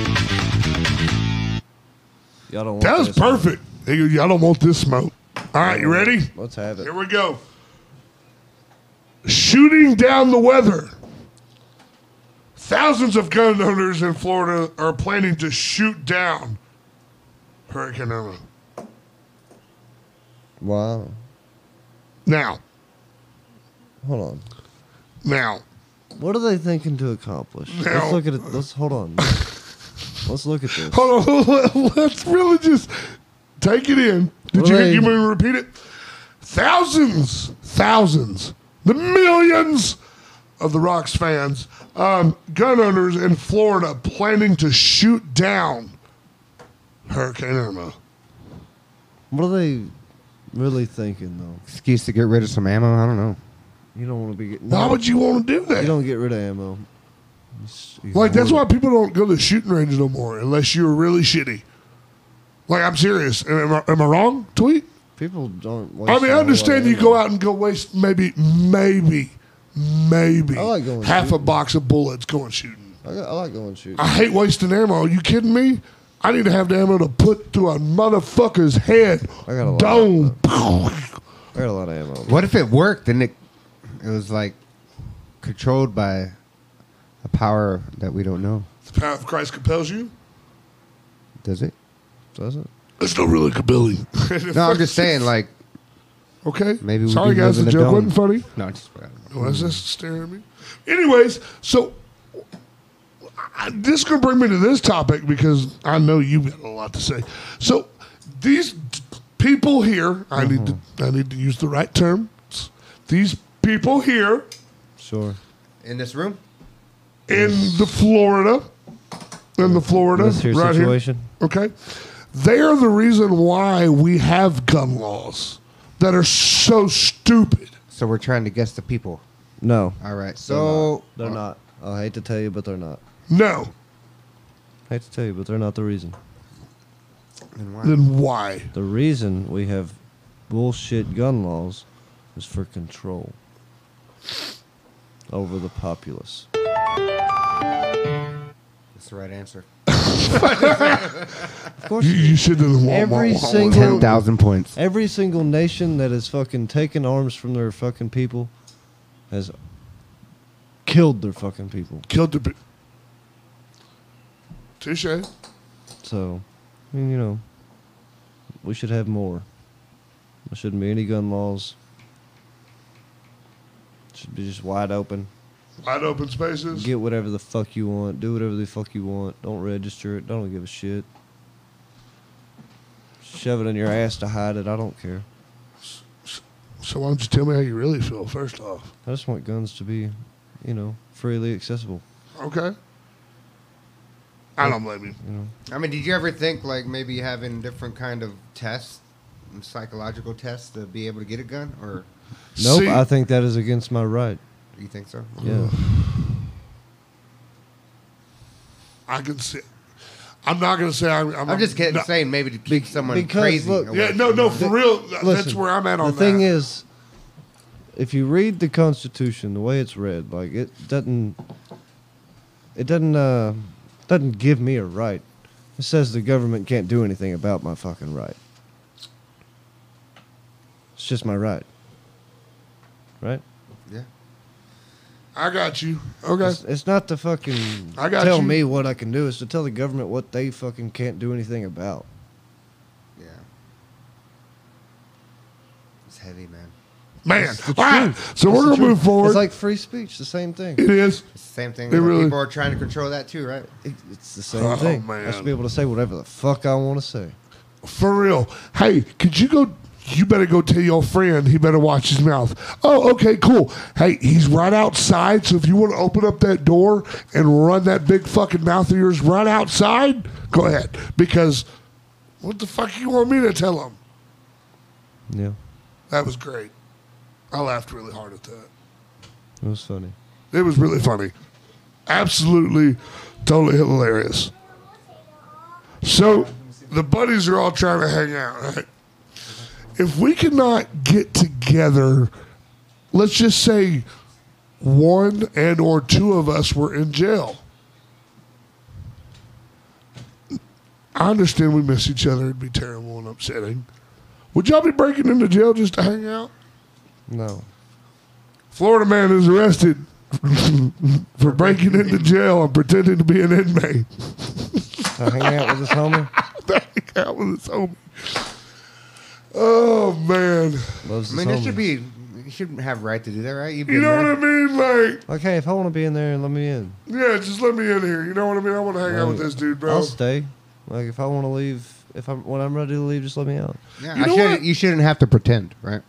[SPEAKER 2] Y'all don't want
[SPEAKER 1] That was
[SPEAKER 2] this one.
[SPEAKER 1] perfect. Hey, Y'all don't want this smoke. All right, you ready?
[SPEAKER 2] Let's have it.
[SPEAKER 1] Here we go. Shooting down the weather. Thousands of gun owners in Florida are planning to shoot down Hurricane Irma.
[SPEAKER 2] Wow.
[SPEAKER 1] Now,
[SPEAKER 2] Hold on.
[SPEAKER 1] now,
[SPEAKER 2] What are they thinking to accomplish?
[SPEAKER 1] No.
[SPEAKER 2] Let's look at it. Let's hold
[SPEAKER 1] (laughs)
[SPEAKER 2] on. Let's look at this.
[SPEAKER 1] Hold on. (laughs) Let's really just take it in. Did you,
[SPEAKER 2] Really?
[SPEAKER 1] you want me to repeat it? Thousands, thousands, the millions of the Rocks fans, um, gun owners in Florida planning to shoot down Hurricane Irma.
[SPEAKER 2] What are they really thinking though?
[SPEAKER 3] Excuse to get rid of some ammo. I don't know.
[SPEAKER 2] You don't want to be getting.
[SPEAKER 1] Why would you want to do
[SPEAKER 2] You
[SPEAKER 1] that?
[SPEAKER 2] don't get rid of ammo. You s- you
[SPEAKER 1] Like, that's
[SPEAKER 2] hoard
[SPEAKER 1] why people don't go to shooting range no more unless you're really shitty. Like, I'm serious. Am I, am I wrong, Tweet?
[SPEAKER 2] it. people don't.
[SPEAKER 1] I mean, I understand
[SPEAKER 3] eh?
[SPEAKER 1] you go out and go waste maybe, maybe, maybe
[SPEAKER 2] I like going
[SPEAKER 1] half a
[SPEAKER 2] shooting.
[SPEAKER 1] box of bullets going shooting.
[SPEAKER 2] I, go- I like going shooting.
[SPEAKER 1] I hate wasting ammo. Are you kidding me? I need to have the ammo to put through a motherfucker's head.
[SPEAKER 2] I got a lot of
[SPEAKER 1] Dome.
[SPEAKER 2] I got a lot of ammo.
[SPEAKER 3] What if it worked and it it was like controlled by a power that we don't know?
[SPEAKER 1] The power of Christ compels you.
[SPEAKER 3] Does it?
[SPEAKER 2] Does it?
[SPEAKER 1] It's not really compelling.
[SPEAKER 3] No, I'm
[SPEAKER 1] (laughs)
[SPEAKER 3] just saying. Like
[SPEAKER 1] Okay.
[SPEAKER 3] maybe we
[SPEAKER 1] Sorry,
[SPEAKER 3] do
[SPEAKER 1] guys.
[SPEAKER 3] live
[SPEAKER 1] The
[SPEAKER 3] in a
[SPEAKER 1] joke
[SPEAKER 3] dome.
[SPEAKER 1] wasn't funny.
[SPEAKER 3] no, I'm just
[SPEAKER 1] Was this Oh, staring at me? Anyways, so I, this could bring me to this topic because I know you've got a lot to say. So these d- people here, I need to, I need to use the right terms. These people here
[SPEAKER 2] Sure.
[SPEAKER 3] in this room.
[SPEAKER 1] in the Florida, in the Florida,
[SPEAKER 2] That's your
[SPEAKER 1] right
[SPEAKER 2] situation.
[SPEAKER 1] here. Okay, they are the reason why we have gun laws. that are so stupid.
[SPEAKER 3] So we're trying to guess the people.
[SPEAKER 2] No.
[SPEAKER 3] All right. So
[SPEAKER 2] They're not. I hate to tell you, but they're not.
[SPEAKER 1] No.
[SPEAKER 2] I hate to tell you, but they're not the reason.
[SPEAKER 3] Then why?
[SPEAKER 1] Then why?
[SPEAKER 2] The reason we have bullshit gun laws is for control over the populace.
[SPEAKER 3] That's the right answer.
[SPEAKER 2] Of course,
[SPEAKER 1] You, you should have won
[SPEAKER 2] Every single-
[SPEAKER 3] Ten thousand points.
[SPEAKER 2] every single nation that has fucking taken arms from their fucking people has killed their fucking people.
[SPEAKER 1] killed the. bi- Touche.
[SPEAKER 2] So, I mean, you know, we should have more. There shouldn't be any gun laws. Should be just wide open.
[SPEAKER 1] Wide open spaces.
[SPEAKER 2] Get whatever the fuck you want. Do whatever the fuck you want. Don't register it. Don't give a shit. Shove it in your ass to hide it. I don't care.
[SPEAKER 1] So why don't you tell me how you really feel first off?
[SPEAKER 2] I just want guns to be, you know, freely accessible.
[SPEAKER 1] Okay. I don't blame you.
[SPEAKER 2] You know,
[SPEAKER 3] I mean, did you ever think like maybe having different kind of tests, psychological tests, to be able to get a gun, or
[SPEAKER 2] nope.
[SPEAKER 1] See-
[SPEAKER 2] I think that is against my right.
[SPEAKER 3] you think so?
[SPEAKER 2] Yeah.
[SPEAKER 1] I can see. I'm not gonna say I'm. I'm,
[SPEAKER 3] I'm just kidding,
[SPEAKER 1] no,
[SPEAKER 3] saying maybe to keep someone
[SPEAKER 2] because,
[SPEAKER 3] crazy.
[SPEAKER 2] look-
[SPEAKER 3] away
[SPEAKER 1] Yeah, no,
[SPEAKER 3] from
[SPEAKER 1] no,
[SPEAKER 3] it.
[SPEAKER 1] for real. th- that's
[SPEAKER 2] Listen,
[SPEAKER 1] where I'm at on
[SPEAKER 2] the thing
[SPEAKER 1] that.
[SPEAKER 2] is, if you read the Constitution the way it's read, like it doesn't, it doesn't, uh, doesn't give me a right. It says the government can't do anything about my fucking right. It's just my right. Right?
[SPEAKER 3] Yeah.
[SPEAKER 1] I got you. Okay.
[SPEAKER 2] It's, it's not to fucking
[SPEAKER 1] I got
[SPEAKER 2] tell
[SPEAKER 1] you.
[SPEAKER 2] me what I can do. It's to tell the government what they fucking can't do anything about.
[SPEAKER 3] Yeah. It's heavy, man.
[SPEAKER 1] Man.
[SPEAKER 2] It's the
[SPEAKER 1] All right.
[SPEAKER 2] truth.
[SPEAKER 1] So
[SPEAKER 2] It's
[SPEAKER 1] we're
[SPEAKER 2] the
[SPEAKER 1] going to
[SPEAKER 2] truth.
[SPEAKER 1] move forward.
[SPEAKER 2] It's like free speech, the same thing.
[SPEAKER 1] it is.
[SPEAKER 3] It's the same thing.
[SPEAKER 1] It
[SPEAKER 3] Like,
[SPEAKER 1] really-
[SPEAKER 3] People are trying to control that too, right?
[SPEAKER 2] It, it's the same
[SPEAKER 1] (laughs) Oh,
[SPEAKER 2] thing. I
[SPEAKER 1] man.
[SPEAKER 2] should be able to say whatever the fuck I want to say.
[SPEAKER 1] For real. Hey, could you go? You better go tell your friend he better watch his mouth. Oh, okay, cool. Hey, he's right outside. So if you want to open up that door and run that big fucking mouth of yours right outside, go ahead. Because what the fuck you want me to tell him?
[SPEAKER 2] Yeah,
[SPEAKER 1] That was great. I laughed really hard at that.
[SPEAKER 2] it was funny.
[SPEAKER 1] It was really funny. Absolutely, totally hilarious. So the buddies are all trying to hang out, right? If we cannot get together, let's just say one and or two of us were in jail. I understand we miss each other. It'd be terrible and upsetting. Would y'all be breaking into jail just to hang out?
[SPEAKER 2] No,
[SPEAKER 1] Florida man is arrested (laughs) for breaking into jail and pretending to be an inmate. (laughs)
[SPEAKER 2] I hang out with this homie.
[SPEAKER 1] that was his homie. Oh man,
[SPEAKER 2] Loves
[SPEAKER 3] I
[SPEAKER 2] his
[SPEAKER 3] mean,
[SPEAKER 2] homie.
[SPEAKER 3] there should be. You shouldn't have right to do that, right? You've
[SPEAKER 1] you
[SPEAKER 3] been
[SPEAKER 1] know what
[SPEAKER 3] there.
[SPEAKER 1] I mean? Like,
[SPEAKER 2] like, hey, if I want to be in there, let me in.
[SPEAKER 1] yeah, just let me in here. You know what I mean? I want to hang out with this dude, bro.
[SPEAKER 2] I'll stay. Like, if I want to leave, if I'm when I'm ready to leave, just let me out.
[SPEAKER 3] Yeah,
[SPEAKER 1] You
[SPEAKER 3] I
[SPEAKER 1] know
[SPEAKER 3] shouldn't-
[SPEAKER 1] what?
[SPEAKER 3] you shouldn't have to pretend, right?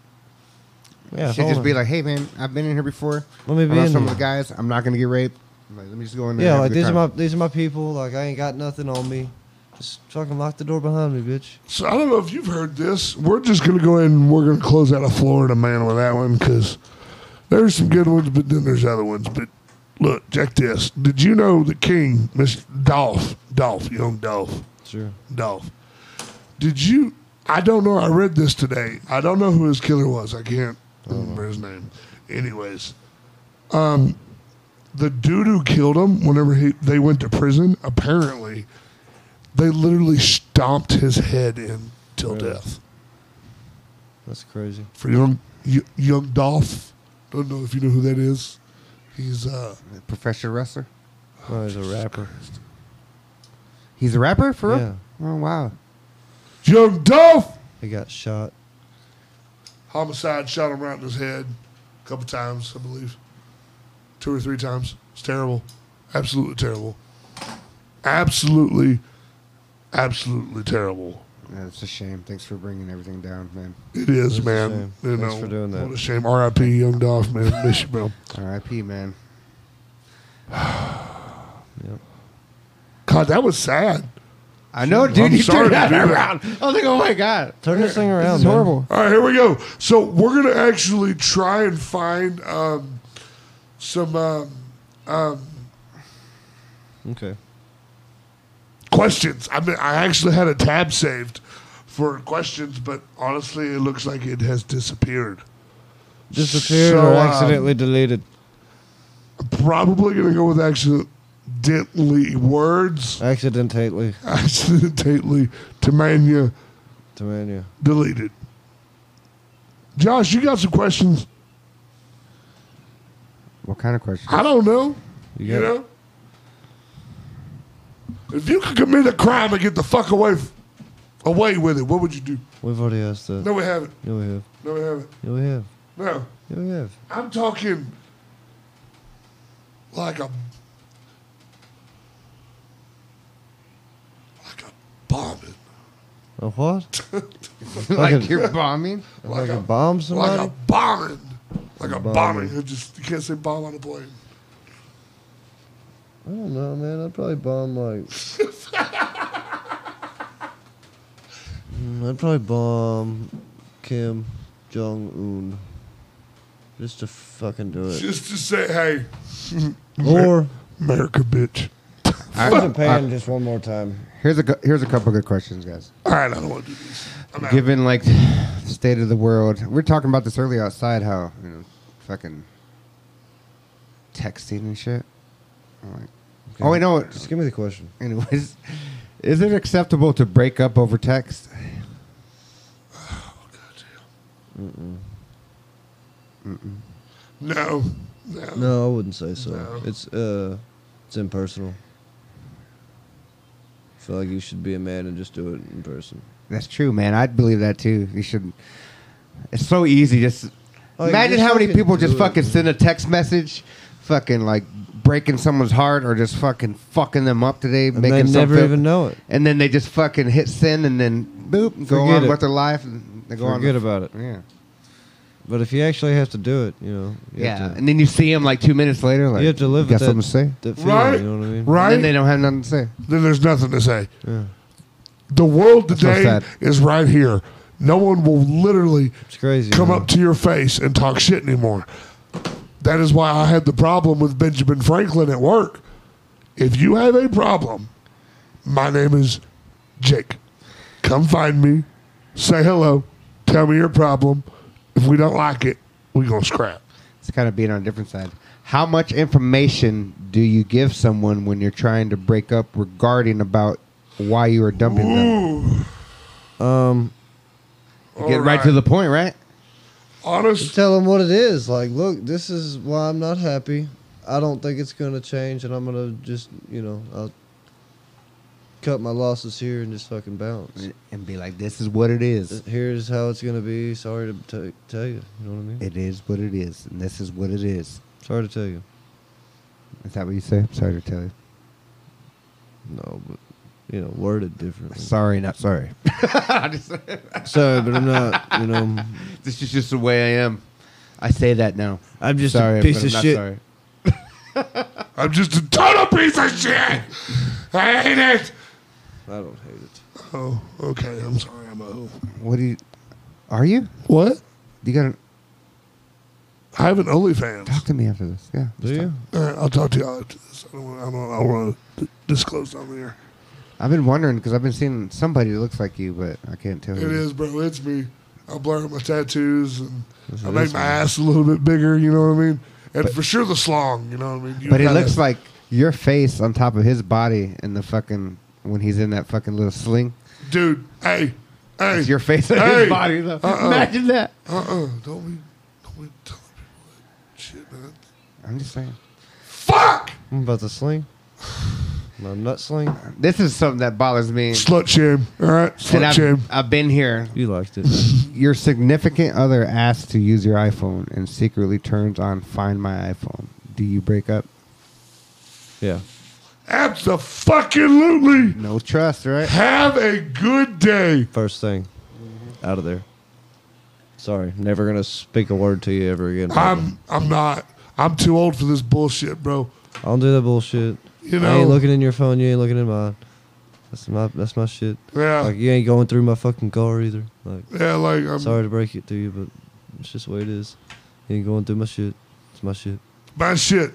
[SPEAKER 2] Yeah,
[SPEAKER 3] You
[SPEAKER 2] if
[SPEAKER 3] should
[SPEAKER 2] I
[SPEAKER 3] just
[SPEAKER 2] wanna-
[SPEAKER 3] be like, hey, man, I've been in here before.
[SPEAKER 2] Let me
[SPEAKER 3] I
[SPEAKER 2] be
[SPEAKER 3] know
[SPEAKER 2] in
[SPEAKER 3] some
[SPEAKER 2] here."
[SPEAKER 3] of the guys. I'm not gonna get raped. I'm like, let me just go in there.
[SPEAKER 2] yeah,
[SPEAKER 3] and
[SPEAKER 2] like
[SPEAKER 3] have a good
[SPEAKER 2] these are
[SPEAKER 3] time."
[SPEAKER 2] my these are my people. Like, I ain't got nothing on me. Just fucking lock the door behind me, bitch.
[SPEAKER 1] So I don't know if you've heard this. We're just gonna go ahead and we're gonna close out a Florida man with that one because there's some good ones, but then there's other ones. But look, check this. Did you know the king, Mr. Dolph, Dolph, young Dolph?
[SPEAKER 2] Sure.
[SPEAKER 1] No. Did you? I don't know. I read this today. I don't know who his killer was. I can't remember his name. Anyways, um, the dude who killed him, whenever he they went to prison, apparently, they literally stomped his head in till
[SPEAKER 2] Really?
[SPEAKER 1] death
[SPEAKER 2] That's crazy.
[SPEAKER 1] for young y- young Dolph. Don't know if you know who that is. He's uh,
[SPEAKER 3] professional wrestler.
[SPEAKER 2] Oh, he's a rapper.
[SPEAKER 3] He's a rapper for
[SPEAKER 2] Yeah.
[SPEAKER 3] real. Oh wow.
[SPEAKER 1] young Dolph.
[SPEAKER 2] He got shot.
[SPEAKER 1] Homicide shot him right in his head a couple times, I believe. Two or three times. It's terrible. Absolutely terrible. Absolutely, absolutely terrible.
[SPEAKER 3] Yeah, it's a shame. Thanks for bringing everything down, man.
[SPEAKER 1] It is,
[SPEAKER 2] It's a
[SPEAKER 1] man.
[SPEAKER 2] shame.
[SPEAKER 1] You
[SPEAKER 2] Thanks
[SPEAKER 1] know,
[SPEAKER 2] for doing that.
[SPEAKER 1] What a shame. R.I.P. Young Dolph, man. Miss you, bro.
[SPEAKER 3] R.I.P. Man.
[SPEAKER 2] Yep.
[SPEAKER 1] God, that was sad.
[SPEAKER 3] I know, dude.
[SPEAKER 1] I'm
[SPEAKER 3] you
[SPEAKER 1] sorry
[SPEAKER 3] turned
[SPEAKER 1] to
[SPEAKER 3] that
[SPEAKER 1] do that.
[SPEAKER 3] around. (laughs) I was like, oh my god,
[SPEAKER 2] Turn this thing around.
[SPEAKER 6] It's
[SPEAKER 2] man. (laughs)
[SPEAKER 6] horrible.
[SPEAKER 1] All right, here we go. So we're gonna actually try and find um, some um,
[SPEAKER 2] Okay.
[SPEAKER 1] questions. I mean, I actually had a tab saved for questions, but honestly, it looks like it has disappeared.
[SPEAKER 2] Disappeared
[SPEAKER 1] So,
[SPEAKER 2] or
[SPEAKER 1] um,
[SPEAKER 2] accidentally deleted.
[SPEAKER 1] Probably gonna go with accidentally words, (laughs)
[SPEAKER 2] Accidentally
[SPEAKER 1] accidentally Tamania
[SPEAKER 2] to menu.
[SPEAKER 1] deleted. Josh, you got some questions?
[SPEAKER 3] What kind of question?
[SPEAKER 1] I don't know. You,
[SPEAKER 2] got it.
[SPEAKER 1] know? If you could commit a crime and get the fuck away f- away with it, what would you do?
[SPEAKER 2] We've already asked that.
[SPEAKER 1] No, we haven't.
[SPEAKER 2] Yeah, we have.
[SPEAKER 1] No, we haven't.
[SPEAKER 2] Yeah, we have.
[SPEAKER 1] No.
[SPEAKER 2] Yeah, we have.
[SPEAKER 1] I'm talking like a like a bombing.
[SPEAKER 2] A what?
[SPEAKER 3] (laughs) like you're
[SPEAKER 2] (laughs)
[SPEAKER 3] bombing?
[SPEAKER 1] Like,
[SPEAKER 2] Like a
[SPEAKER 1] a,
[SPEAKER 2] bomb
[SPEAKER 1] like
[SPEAKER 2] somebody?
[SPEAKER 1] a bombing. Like a bombing.
[SPEAKER 2] Bombing.
[SPEAKER 1] You just you can't say bomb on a plane.
[SPEAKER 2] I don't know, man. I'd probably bomb like. (laughs) Mm, I'd probably bomb Kim Jong Un. Just to fucking do
[SPEAKER 1] (laughs)
[SPEAKER 2] it.
[SPEAKER 1] Just to say, hey,
[SPEAKER 2] Or
[SPEAKER 1] America bitch.
[SPEAKER 2] Japan just one more time.
[SPEAKER 3] Here's a cou- here's a couple good questions, guys.
[SPEAKER 1] All right, I don't want to do this. I'm out.
[SPEAKER 3] Given like (sighs) the state of the world, we we're talking about this earlier outside. How you know, fucking texting and shit. I'm like,
[SPEAKER 2] Okay.
[SPEAKER 3] Oh, wait, no.
[SPEAKER 2] Just give me the question.
[SPEAKER 3] Anyways, (laughs) is it acceptable to break up over text?
[SPEAKER 1] No, no.
[SPEAKER 2] No, I wouldn't say so.
[SPEAKER 1] No.
[SPEAKER 2] It's uh, it's impersonal. I feel like you should be a man and just do it in person.
[SPEAKER 3] That's true, man. I'd believe that too. You should. It's so easy. Just
[SPEAKER 2] Oh, you
[SPEAKER 3] imagine
[SPEAKER 2] just
[SPEAKER 3] how many
[SPEAKER 2] fucking
[SPEAKER 3] people just
[SPEAKER 2] do it,
[SPEAKER 3] fucking
[SPEAKER 2] man.
[SPEAKER 3] send a text message, fucking like breaking someone's heart or just fucking fucking them up today,
[SPEAKER 2] And
[SPEAKER 3] making
[SPEAKER 2] they
[SPEAKER 3] some
[SPEAKER 2] never
[SPEAKER 3] feel-
[SPEAKER 2] even know it.
[SPEAKER 3] And then they just fucking hit send and then boop and go
[SPEAKER 2] Forget
[SPEAKER 3] on
[SPEAKER 2] it.
[SPEAKER 3] with their life and they go on.
[SPEAKER 2] Forget about it.
[SPEAKER 3] Yeah,
[SPEAKER 2] But if you actually have to do it, you know, you
[SPEAKER 3] yeah.
[SPEAKER 2] have to,
[SPEAKER 3] And then you see them like two minutes later. Like
[SPEAKER 2] you have to live
[SPEAKER 3] got
[SPEAKER 2] with that,
[SPEAKER 3] something to say.
[SPEAKER 2] that feeling.
[SPEAKER 1] Right,
[SPEAKER 2] You know what I mean?
[SPEAKER 1] right.
[SPEAKER 3] And then they don't have nothing to say.
[SPEAKER 1] then there's nothing to say.
[SPEAKER 2] Yeah.
[SPEAKER 1] The world
[SPEAKER 3] so
[SPEAKER 1] today
[SPEAKER 3] sad.
[SPEAKER 1] is right here. No one will literally
[SPEAKER 2] It's crazy.
[SPEAKER 1] come
[SPEAKER 2] man.
[SPEAKER 1] up to your face and talk shit anymore. That is why I had the problem with Benjamin Franklin at work. If you have a problem, my name is Jake. Come find me, say hello, tell me your problem. If we don't like it, we gonna scrap.
[SPEAKER 3] It's kind of being on a different side. How much information do you give someone when you're trying to break up regarding about why you are dumping them?
[SPEAKER 2] Um,
[SPEAKER 3] You Get right. to the point, right?
[SPEAKER 1] honest.
[SPEAKER 2] tell them what it is. Like, look, this is why I'm not happy. I don't think it's gonna change, and I'm gonna just, you know, I'll cut my losses here and just fucking bounce.
[SPEAKER 3] And be like, this is what it is.
[SPEAKER 2] Here's how it's gonna be. Sorry to t- tell you. You know what I mean?
[SPEAKER 3] It is what it is. And this is what it is.
[SPEAKER 2] Sorry to tell you.
[SPEAKER 3] Is that what you say? I'm sorry to tell you.
[SPEAKER 2] No, but you know, worded differently.
[SPEAKER 3] (laughs) Sorry, not sorry.
[SPEAKER 2] Sorry, but I'm not. You know,
[SPEAKER 3] this is just the way I am. I say that now.
[SPEAKER 2] I'm just
[SPEAKER 3] sorry,
[SPEAKER 2] a piece
[SPEAKER 3] but I'm
[SPEAKER 2] of
[SPEAKER 3] not
[SPEAKER 2] shit.
[SPEAKER 3] sorry.
[SPEAKER 1] I'm just a total piece of shit. I hate it.
[SPEAKER 2] I don't hate it.
[SPEAKER 1] Oh, okay. I'm sorry. I'm a hoe.
[SPEAKER 3] What do you? Are you?
[SPEAKER 1] What?
[SPEAKER 3] You gotta
[SPEAKER 1] I have an OnlyFans.
[SPEAKER 3] talk to me after this. Yeah.
[SPEAKER 2] Do you?
[SPEAKER 1] Uh, I'll talk to you after this. I don't want. I don't, I don't want to disclose on there.
[SPEAKER 3] I've been wondering because I've been seeing somebody that looks like you, but I can't tell.
[SPEAKER 1] It
[SPEAKER 3] who
[SPEAKER 1] is, bro. It's me. I blur my tattoos and I
[SPEAKER 2] it
[SPEAKER 1] make
[SPEAKER 2] is,
[SPEAKER 1] my
[SPEAKER 2] man.
[SPEAKER 1] ass a little bit bigger. You know what I mean? And for sure the slong. You know what I mean? You
[SPEAKER 3] But it
[SPEAKER 1] gotta-
[SPEAKER 3] looks like your face on top of his body in the fucking when he's in that fucking little sling.
[SPEAKER 1] dude. Hey, hey.
[SPEAKER 3] It's your face on
[SPEAKER 1] Hey.
[SPEAKER 3] his body. Though.
[SPEAKER 1] Uh-uh.
[SPEAKER 3] Imagine that.
[SPEAKER 1] Uh uh-uh, uh. do not be. Don't be telling people that shit, man.
[SPEAKER 3] I'm just saying.
[SPEAKER 1] Fuck.
[SPEAKER 2] I'm about to sling. My nut sling.
[SPEAKER 3] This is something that bothers me.
[SPEAKER 1] Slut shame. All right.
[SPEAKER 3] And
[SPEAKER 1] Slut shame.
[SPEAKER 3] I've, I've been here.
[SPEAKER 2] You liked it.
[SPEAKER 3] Your significant other asks to use your iPhone and secretly turns on Find My iPhone. Do you break up?
[SPEAKER 2] (laughs) yeah.
[SPEAKER 1] Absolutely.
[SPEAKER 3] No trust, right?
[SPEAKER 1] Have a good day.
[SPEAKER 2] First thing, out of there. Sorry, never gonna speak a word to you ever again.
[SPEAKER 1] I'm. I'm not. I'm too old for this bullshit, bro.
[SPEAKER 2] I don't do that bullshit.
[SPEAKER 1] You
[SPEAKER 2] I
[SPEAKER 1] know-
[SPEAKER 2] ain't looking in your phone. You ain't looking in mine. That's my that's my shit.
[SPEAKER 1] Yeah.
[SPEAKER 2] Like you ain't going through my fucking car either. Like
[SPEAKER 1] yeah, like um, I'm
[SPEAKER 2] sorry to break it to you, but it's just the way it is. You ain't going through my shit. It's my shit.
[SPEAKER 1] my shit.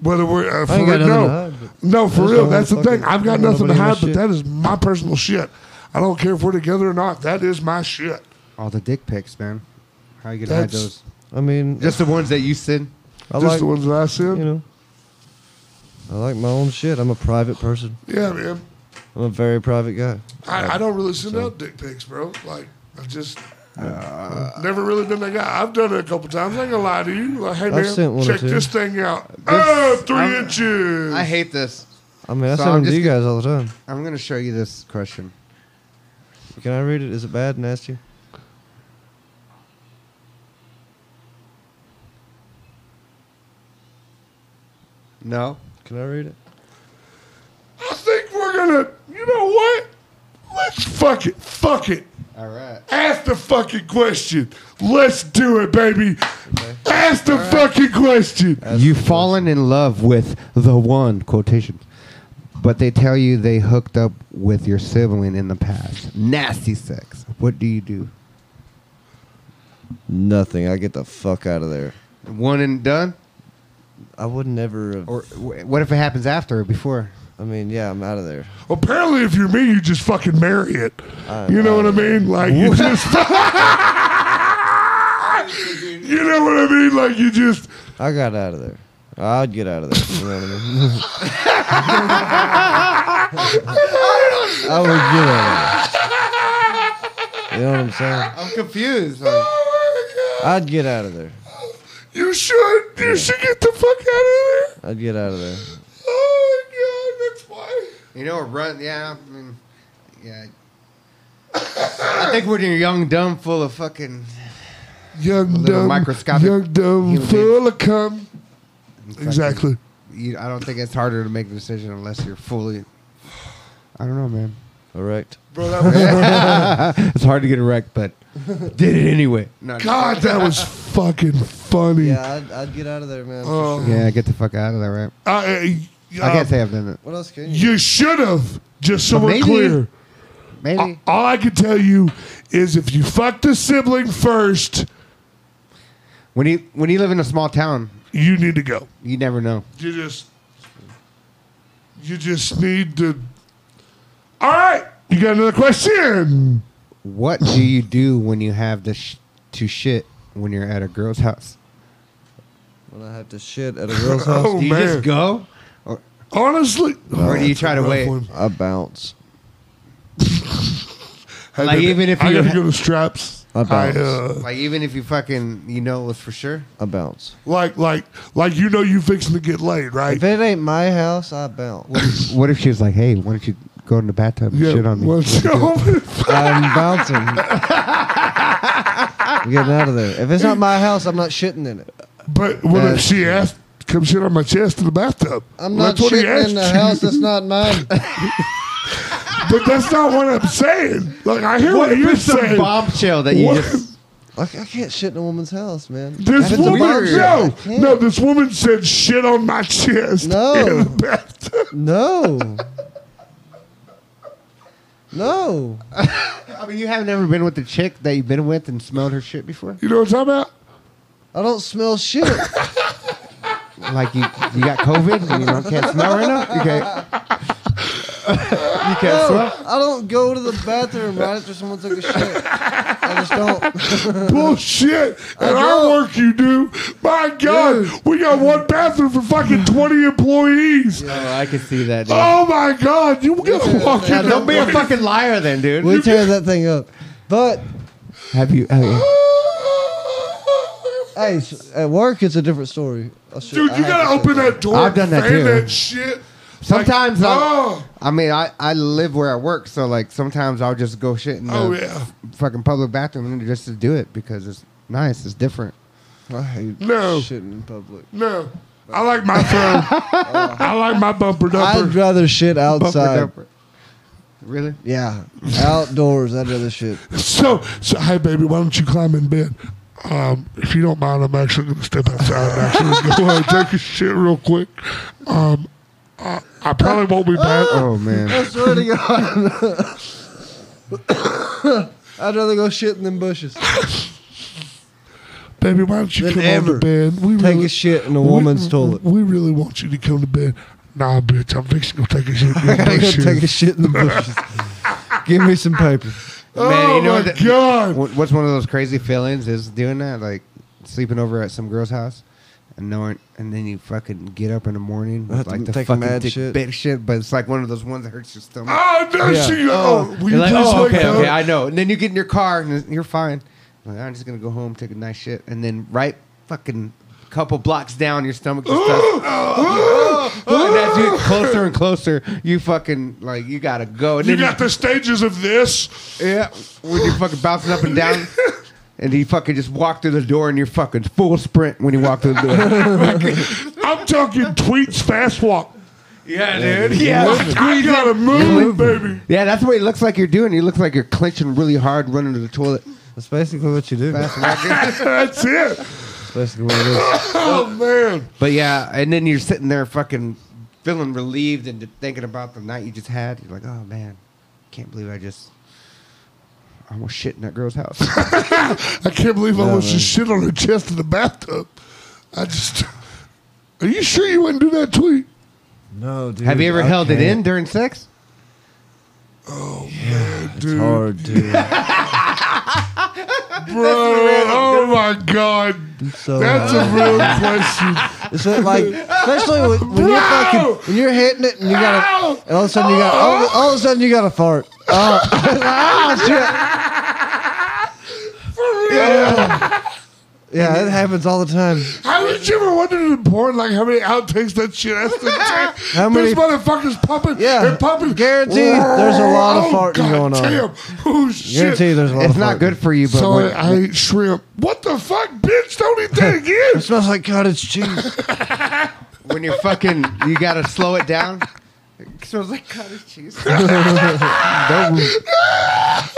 [SPEAKER 1] Whether we're uh,
[SPEAKER 2] I
[SPEAKER 1] for
[SPEAKER 2] ain't got
[SPEAKER 1] real,
[SPEAKER 2] nothing to
[SPEAKER 1] no,
[SPEAKER 2] hide, but
[SPEAKER 1] no, for
[SPEAKER 2] just
[SPEAKER 1] real.
[SPEAKER 2] don't
[SPEAKER 1] That's the
[SPEAKER 2] wanna
[SPEAKER 1] thing.
[SPEAKER 2] fucking-
[SPEAKER 1] I've got
[SPEAKER 2] don't want
[SPEAKER 1] nothing to
[SPEAKER 2] nobody in my
[SPEAKER 1] hide, but
[SPEAKER 2] shit.
[SPEAKER 1] that is my personal shit. I don't care if we're together or not. That is my shit.
[SPEAKER 3] (gasps) All the dick pics, man. How you gonna hide
[SPEAKER 1] That's-
[SPEAKER 3] those?
[SPEAKER 2] I mean,
[SPEAKER 3] Just the ones that you send.
[SPEAKER 2] I
[SPEAKER 1] Just
[SPEAKER 2] like
[SPEAKER 1] the ones that I send.
[SPEAKER 2] you know. I like my own shit. I'm a private person.
[SPEAKER 1] Yeah, man.
[SPEAKER 2] I'm a very private guy.
[SPEAKER 1] I, I don't really send out dick pics, bro. Like, I just I've never really been that guy. I've done it a couple times. I ain't gonna lie to you. Like, hey, man,
[SPEAKER 2] sent one or
[SPEAKER 1] check
[SPEAKER 2] two.
[SPEAKER 1] this thing out. Oh, three
[SPEAKER 3] I'm-
[SPEAKER 1] inches.
[SPEAKER 3] I hate this.
[SPEAKER 2] I mean, I
[SPEAKER 3] So
[SPEAKER 2] send
[SPEAKER 3] I'm
[SPEAKER 2] them to
[SPEAKER 3] just
[SPEAKER 2] you guys all the time.
[SPEAKER 3] I'm gonna show you this question.
[SPEAKER 2] Can I read it? Is it bad? Nasty?
[SPEAKER 3] No.
[SPEAKER 2] Can I read it?
[SPEAKER 1] I think we're gonna, you know what? Let's fuck it. Fuck it.
[SPEAKER 3] All right.
[SPEAKER 1] Ask the fucking question. Let's do it, baby. Ask the fucking question.
[SPEAKER 3] You've fallen in love with the one quotation, but they tell you they hooked up with your sibling in the past. Nasty sex. What do you do?
[SPEAKER 2] Nothing. I get the fuck out of there.
[SPEAKER 3] One and done,
[SPEAKER 2] I would never have.
[SPEAKER 3] or wh- what if it happens after or before?
[SPEAKER 2] I mean, yeah, I'm out of there.
[SPEAKER 1] Apparently, if you're me, you just fucking marry it.
[SPEAKER 2] I-
[SPEAKER 1] you know what I mean? Like you
[SPEAKER 3] (laughs)
[SPEAKER 1] just. you know what I mean? Like you just.
[SPEAKER 2] I got out of there. I'd get out of there. You know what I mean? (laughs) I would get out of there. You know what I'm saying?
[SPEAKER 3] I'm confused. Like,
[SPEAKER 1] Oh my God.
[SPEAKER 2] I'd get out of there.
[SPEAKER 1] You should. You should get the fuck out of there.
[SPEAKER 2] I'd get out of there.
[SPEAKER 1] Oh my god, that's why.
[SPEAKER 3] you know, run. Yeah, I mean, yeah. I think when you're young, dumb, full of fucking
[SPEAKER 1] Young
[SPEAKER 3] little
[SPEAKER 1] dumb,
[SPEAKER 3] microscopic
[SPEAKER 1] young dumb,
[SPEAKER 3] human
[SPEAKER 1] full of cum.
[SPEAKER 3] fucking-
[SPEAKER 1] Exactly.
[SPEAKER 3] you, I don't think it's harder to make the decision unless you're fully. I don't know, man.
[SPEAKER 2] All right.
[SPEAKER 1] Bro, that was,
[SPEAKER 3] it's hard to get erect, but did it anyway. No, just-
[SPEAKER 1] God, that
[SPEAKER 3] (laughs)
[SPEAKER 1] was fucking funny.
[SPEAKER 2] Yeah, I'd, I'd get out of there, man. for
[SPEAKER 1] Oh.
[SPEAKER 2] sure.
[SPEAKER 3] Yeah, get the fuck out of there, right?
[SPEAKER 1] I, I,
[SPEAKER 3] I can't say I've done it.
[SPEAKER 2] What else can you?
[SPEAKER 1] You should have. Just so
[SPEAKER 3] But
[SPEAKER 1] we're
[SPEAKER 3] maybe-
[SPEAKER 1] clear.
[SPEAKER 3] Maybe.
[SPEAKER 1] All I can tell you is if you fuck the sibling first,
[SPEAKER 3] When you when you live in a small town,
[SPEAKER 1] you need to go.
[SPEAKER 3] you never know.
[SPEAKER 1] You just you just need to All right. You got another question?
[SPEAKER 3] What do you do when you have to, sh- to shit when you're at a girl's house?
[SPEAKER 2] When I have to shit
[SPEAKER 1] (laughs)
[SPEAKER 2] at a girl's house,
[SPEAKER 1] Oh,
[SPEAKER 3] Do you
[SPEAKER 1] man.
[SPEAKER 3] just go? Or,
[SPEAKER 1] Honestly, Oh,
[SPEAKER 3] or do you try to
[SPEAKER 1] rough
[SPEAKER 3] wait?
[SPEAKER 1] one.
[SPEAKER 2] I bounce.
[SPEAKER 1] I
[SPEAKER 3] Like,
[SPEAKER 1] gotta-
[SPEAKER 3] even if
[SPEAKER 1] I
[SPEAKER 3] you
[SPEAKER 1] gotta
[SPEAKER 3] ha-
[SPEAKER 1] go to straps,
[SPEAKER 2] I
[SPEAKER 1] I,
[SPEAKER 2] bounce.
[SPEAKER 1] uh,
[SPEAKER 3] Like, even if you fucking, you know it was for sure?
[SPEAKER 2] I bounce.
[SPEAKER 1] like like like you know you fixing to get laid, right?
[SPEAKER 2] If it ain't my house, I bounce.
[SPEAKER 3] What if, what if she was like, hey, why don't you go in the bathtub and shit on me?
[SPEAKER 1] let's go. (laughs)
[SPEAKER 2] I'm bouncing. I'm getting out of there. If it's not my house, I'm not shitting in it.
[SPEAKER 1] but what if
[SPEAKER 2] That's-
[SPEAKER 1] she asked, "Come shit on my chest in the bathtub"?
[SPEAKER 2] I'm not
[SPEAKER 1] That's what he
[SPEAKER 2] shitting in
[SPEAKER 1] asked
[SPEAKER 2] the
[SPEAKER 1] you.
[SPEAKER 2] house that's not
[SPEAKER 1] (laughs)
[SPEAKER 2] mine.
[SPEAKER 1] But that's not what I'm saying. Like I hear what,
[SPEAKER 3] What if
[SPEAKER 1] you're
[SPEAKER 3] it's a
[SPEAKER 1] saying.
[SPEAKER 3] bombshell that you
[SPEAKER 1] What?
[SPEAKER 3] just.
[SPEAKER 2] I, I can't shit in a woman's house, man.
[SPEAKER 1] This
[SPEAKER 2] If it's a
[SPEAKER 1] woman,
[SPEAKER 2] bouncer, I
[SPEAKER 1] no,
[SPEAKER 2] can't.
[SPEAKER 1] no, this woman said shit on my chest
[SPEAKER 2] No.
[SPEAKER 1] in the bathtub.
[SPEAKER 2] no, no.
[SPEAKER 3] I mean, you haven't ever been with a chick that you've been with and smelled her shit before?
[SPEAKER 1] You know what I'm talking about?
[SPEAKER 2] I don't smell shit.
[SPEAKER 3] Like, you, you got COVID and you don't, can't smell right now? You can't, you can't smell?
[SPEAKER 2] No, I don't go to the bathroom right after someone took a shit. I just
[SPEAKER 1] (laughs)
[SPEAKER 2] don't.
[SPEAKER 1] Bullshit. At our
[SPEAKER 2] Uh-uh. don't.
[SPEAKER 1] work, you do. My God, we got one bathroom for fucking 20 employees.
[SPEAKER 3] Oh, I can see that. Dude.
[SPEAKER 1] Oh my God, you
[SPEAKER 2] (laughs)
[SPEAKER 1] gotta walk
[SPEAKER 3] Yeah,
[SPEAKER 1] in
[SPEAKER 3] don't be
[SPEAKER 1] there.
[SPEAKER 3] a fucking liar, then, dude.
[SPEAKER 2] We tear that thing up. But
[SPEAKER 3] Have you? have you-
[SPEAKER 2] hey, at work it's a different story. I shit-
[SPEAKER 1] Dude,
[SPEAKER 2] I
[SPEAKER 1] you
[SPEAKER 2] have
[SPEAKER 1] gotta
[SPEAKER 2] to shit.
[SPEAKER 1] open that door.
[SPEAKER 3] I've done that
[SPEAKER 1] fan
[SPEAKER 3] too.
[SPEAKER 1] That shit.
[SPEAKER 3] Sometimes
[SPEAKER 1] like,
[SPEAKER 3] I'll-
[SPEAKER 1] oh,
[SPEAKER 3] I mean, I, I live where I work, so like sometimes I'll just go shit in the
[SPEAKER 1] oh yeah.
[SPEAKER 3] fucking public bathroom and just to do it because it's nice, it's different.
[SPEAKER 2] I hate
[SPEAKER 1] No.
[SPEAKER 2] shitting in public.
[SPEAKER 1] No, I like my phone. I like my bumper
[SPEAKER 2] I'd
[SPEAKER 1] dumper.
[SPEAKER 2] rather shit
[SPEAKER 3] Bumper
[SPEAKER 2] outside.
[SPEAKER 3] dumper. Really?
[SPEAKER 2] Yeah, outdoors. I'd rather shit.
[SPEAKER 1] So, so, hey baby, why don't you climb in bed? Um, if you don't mind, I'm actually gonna step outside and actually go uh, take a shit real quick. Um, I probably won't be back.
[SPEAKER 3] Oh
[SPEAKER 2] (laughs)
[SPEAKER 3] man.
[SPEAKER 2] I swear to God. (coughs) I'd rather go shit in them bushes.
[SPEAKER 1] Baby, why don't you
[SPEAKER 2] Than
[SPEAKER 1] come
[SPEAKER 2] ever.
[SPEAKER 1] on to bed? We
[SPEAKER 2] Take a shit in a
[SPEAKER 1] we-
[SPEAKER 2] woman's toilet.
[SPEAKER 1] We really want you to come to bed. Nah, bitch, I'm fixing to take a shit. in
[SPEAKER 2] I gotta go
[SPEAKER 1] this shit.
[SPEAKER 2] take a shit in the bushes. Give me some paper.
[SPEAKER 3] man,
[SPEAKER 1] oh
[SPEAKER 3] you know
[SPEAKER 1] my
[SPEAKER 3] what the-
[SPEAKER 1] god!
[SPEAKER 3] What- What's one of those crazy feelings is doing that, like sleeping over at some girl's house, and knowing, and then you fucking get up in the morning with
[SPEAKER 2] Have to
[SPEAKER 3] like the
[SPEAKER 2] take
[SPEAKER 3] fucking
[SPEAKER 2] mad
[SPEAKER 3] dick
[SPEAKER 2] shit. Ah!
[SPEAKER 3] big shit, but it's like one of those ones that hurts your stomach.
[SPEAKER 1] Oh, no,
[SPEAKER 2] Yeah.
[SPEAKER 1] she.
[SPEAKER 2] Oh.
[SPEAKER 1] Oh, will
[SPEAKER 3] You're
[SPEAKER 1] you
[SPEAKER 3] like,
[SPEAKER 1] please
[SPEAKER 3] oh,
[SPEAKER 1] wake
[SPEAKER 3] okay,
[SPEAKER 1] up?
[SPEAKER 3] okay, I know. And then you get in your car and you're fine. I'm like, I'm just gonna go home, take a nice shit, and then right fucking couple blocks down, your stomach just
[SPEAKER 1] (gasps)
[SPEAKER 3] starts. Oh, oh, and as you get closer and closer, you fucking like you gotta go. And
[SPEAKER 1] you
[SPEAKER 3] then you-
[SPEAKER 1] got the stages of this.
[SPEAKER 3] yeah, when you're fucking bouncing up and
[SPEAKER 1] (laughs)
[SPEAKER 3] down. And he fucking just walked through the door and you're fucking full sprint when you walk through the
[SPEAKER 1] (laughs)
[SPEAKER 3] door.
[SPEAKER 1] I'm talking tweets fast walk.
[SPEAKER 3] yeah, dude.
[SPEAKER 1] I gotta move, baby.
[SPEAKER 3] Yeah, that's what it looks like you're doing. You look like you're clenching really hard, running to the toilet.
[SPEAKER 2] That's basically what you do. That's
[SPEAKER 1] That's it.
[SPEAKER 2] basically what it is.
[SPEAKER 1] Oh man.
[SPEAKER 3] But yeah, and then you're sitting there fucking feeling relieved and thinking about the night you just had. You're like, oh man, can't believe I just I almost shit in that girl's house. (laughs)
[SPEAKER 1] I can't believe I was just shit on her chest in the bathtub. I just. Are you sure you wouldn't do that tweet?
[SPEAKER 2] No, dude.
[SPEAKER 3] Have you ever
[SPEAKER 2] I
[SPEAKER 3] held it
[SPEAKER 2] can't.
[SPEAKER 3] in during sex?
[SPEAKER 2] It's hard, dude.
[SPEAKER 1] Bro, oh my God.
[SPEAKER 2] It's so
[SPEAKER 1] That's a
[SPEAKER 2] hard. (laughs)
[SPEAKER 1] real question.
[SPEAKER 2] It's like- like, especially when, when you're fucking, when you're hitting it and you gotta, and all of a sudden you got, all, all of a sudden you gotta
[SPEAKER 1] (laughs)
[SPEAKER 2] fart. Oh, (laughs) Ah, shit. Yeah. yeah, it happens all the time.
[SPEAKER 1] How did you ever wonder in porn, like, how many outtakes that shit
[SPEAKER 2] (laughs)
[SPEAKER 1] has to take?
[SPEAKER 2] How many-
[SPEAKER 1] This motherfucker's pumping.
[SPEAKER 2] Yeah.
[SPEAKER 1] And pumping.
[SPEAKER 2] Guaranteed there's a lot of
[SPEAKER 1] Oh,
[SPEAKER 2] farting
[SPEAKER 1] God
[SPEAKER 2] going on.
[SPEAKER 1] Damn. Oh, shit.
[SPEAKER 2] Guarantee you there's a lot
[SPEAKER 3] It's
[SPEAKER 2] of
[SPEAKER 3] not
[SPEAKER 2] farting.
[SPEAKER 3] good for you, but
[SPEAKER 1] Sorry,
[SPEAKER 3] when-
[SPEAKER 1] I ate shrimp. What the fuck, bitch? Don't eat
[SPEAKER 2] (laughs)
[SPEAKER 1] that
[SPEAKER 2] It
[SPEAKER 1] again.
[SPEAKER 2] smells like cottage
[SPEAKER 1] (laughs)
[SPEAKER 2] cheese.
[SPEAKER 3] when you're fucking, you gotta slow it down. It smells like cottage cheese.
[SPEAKER 2] Oh,
[SPEAKER 3] don't,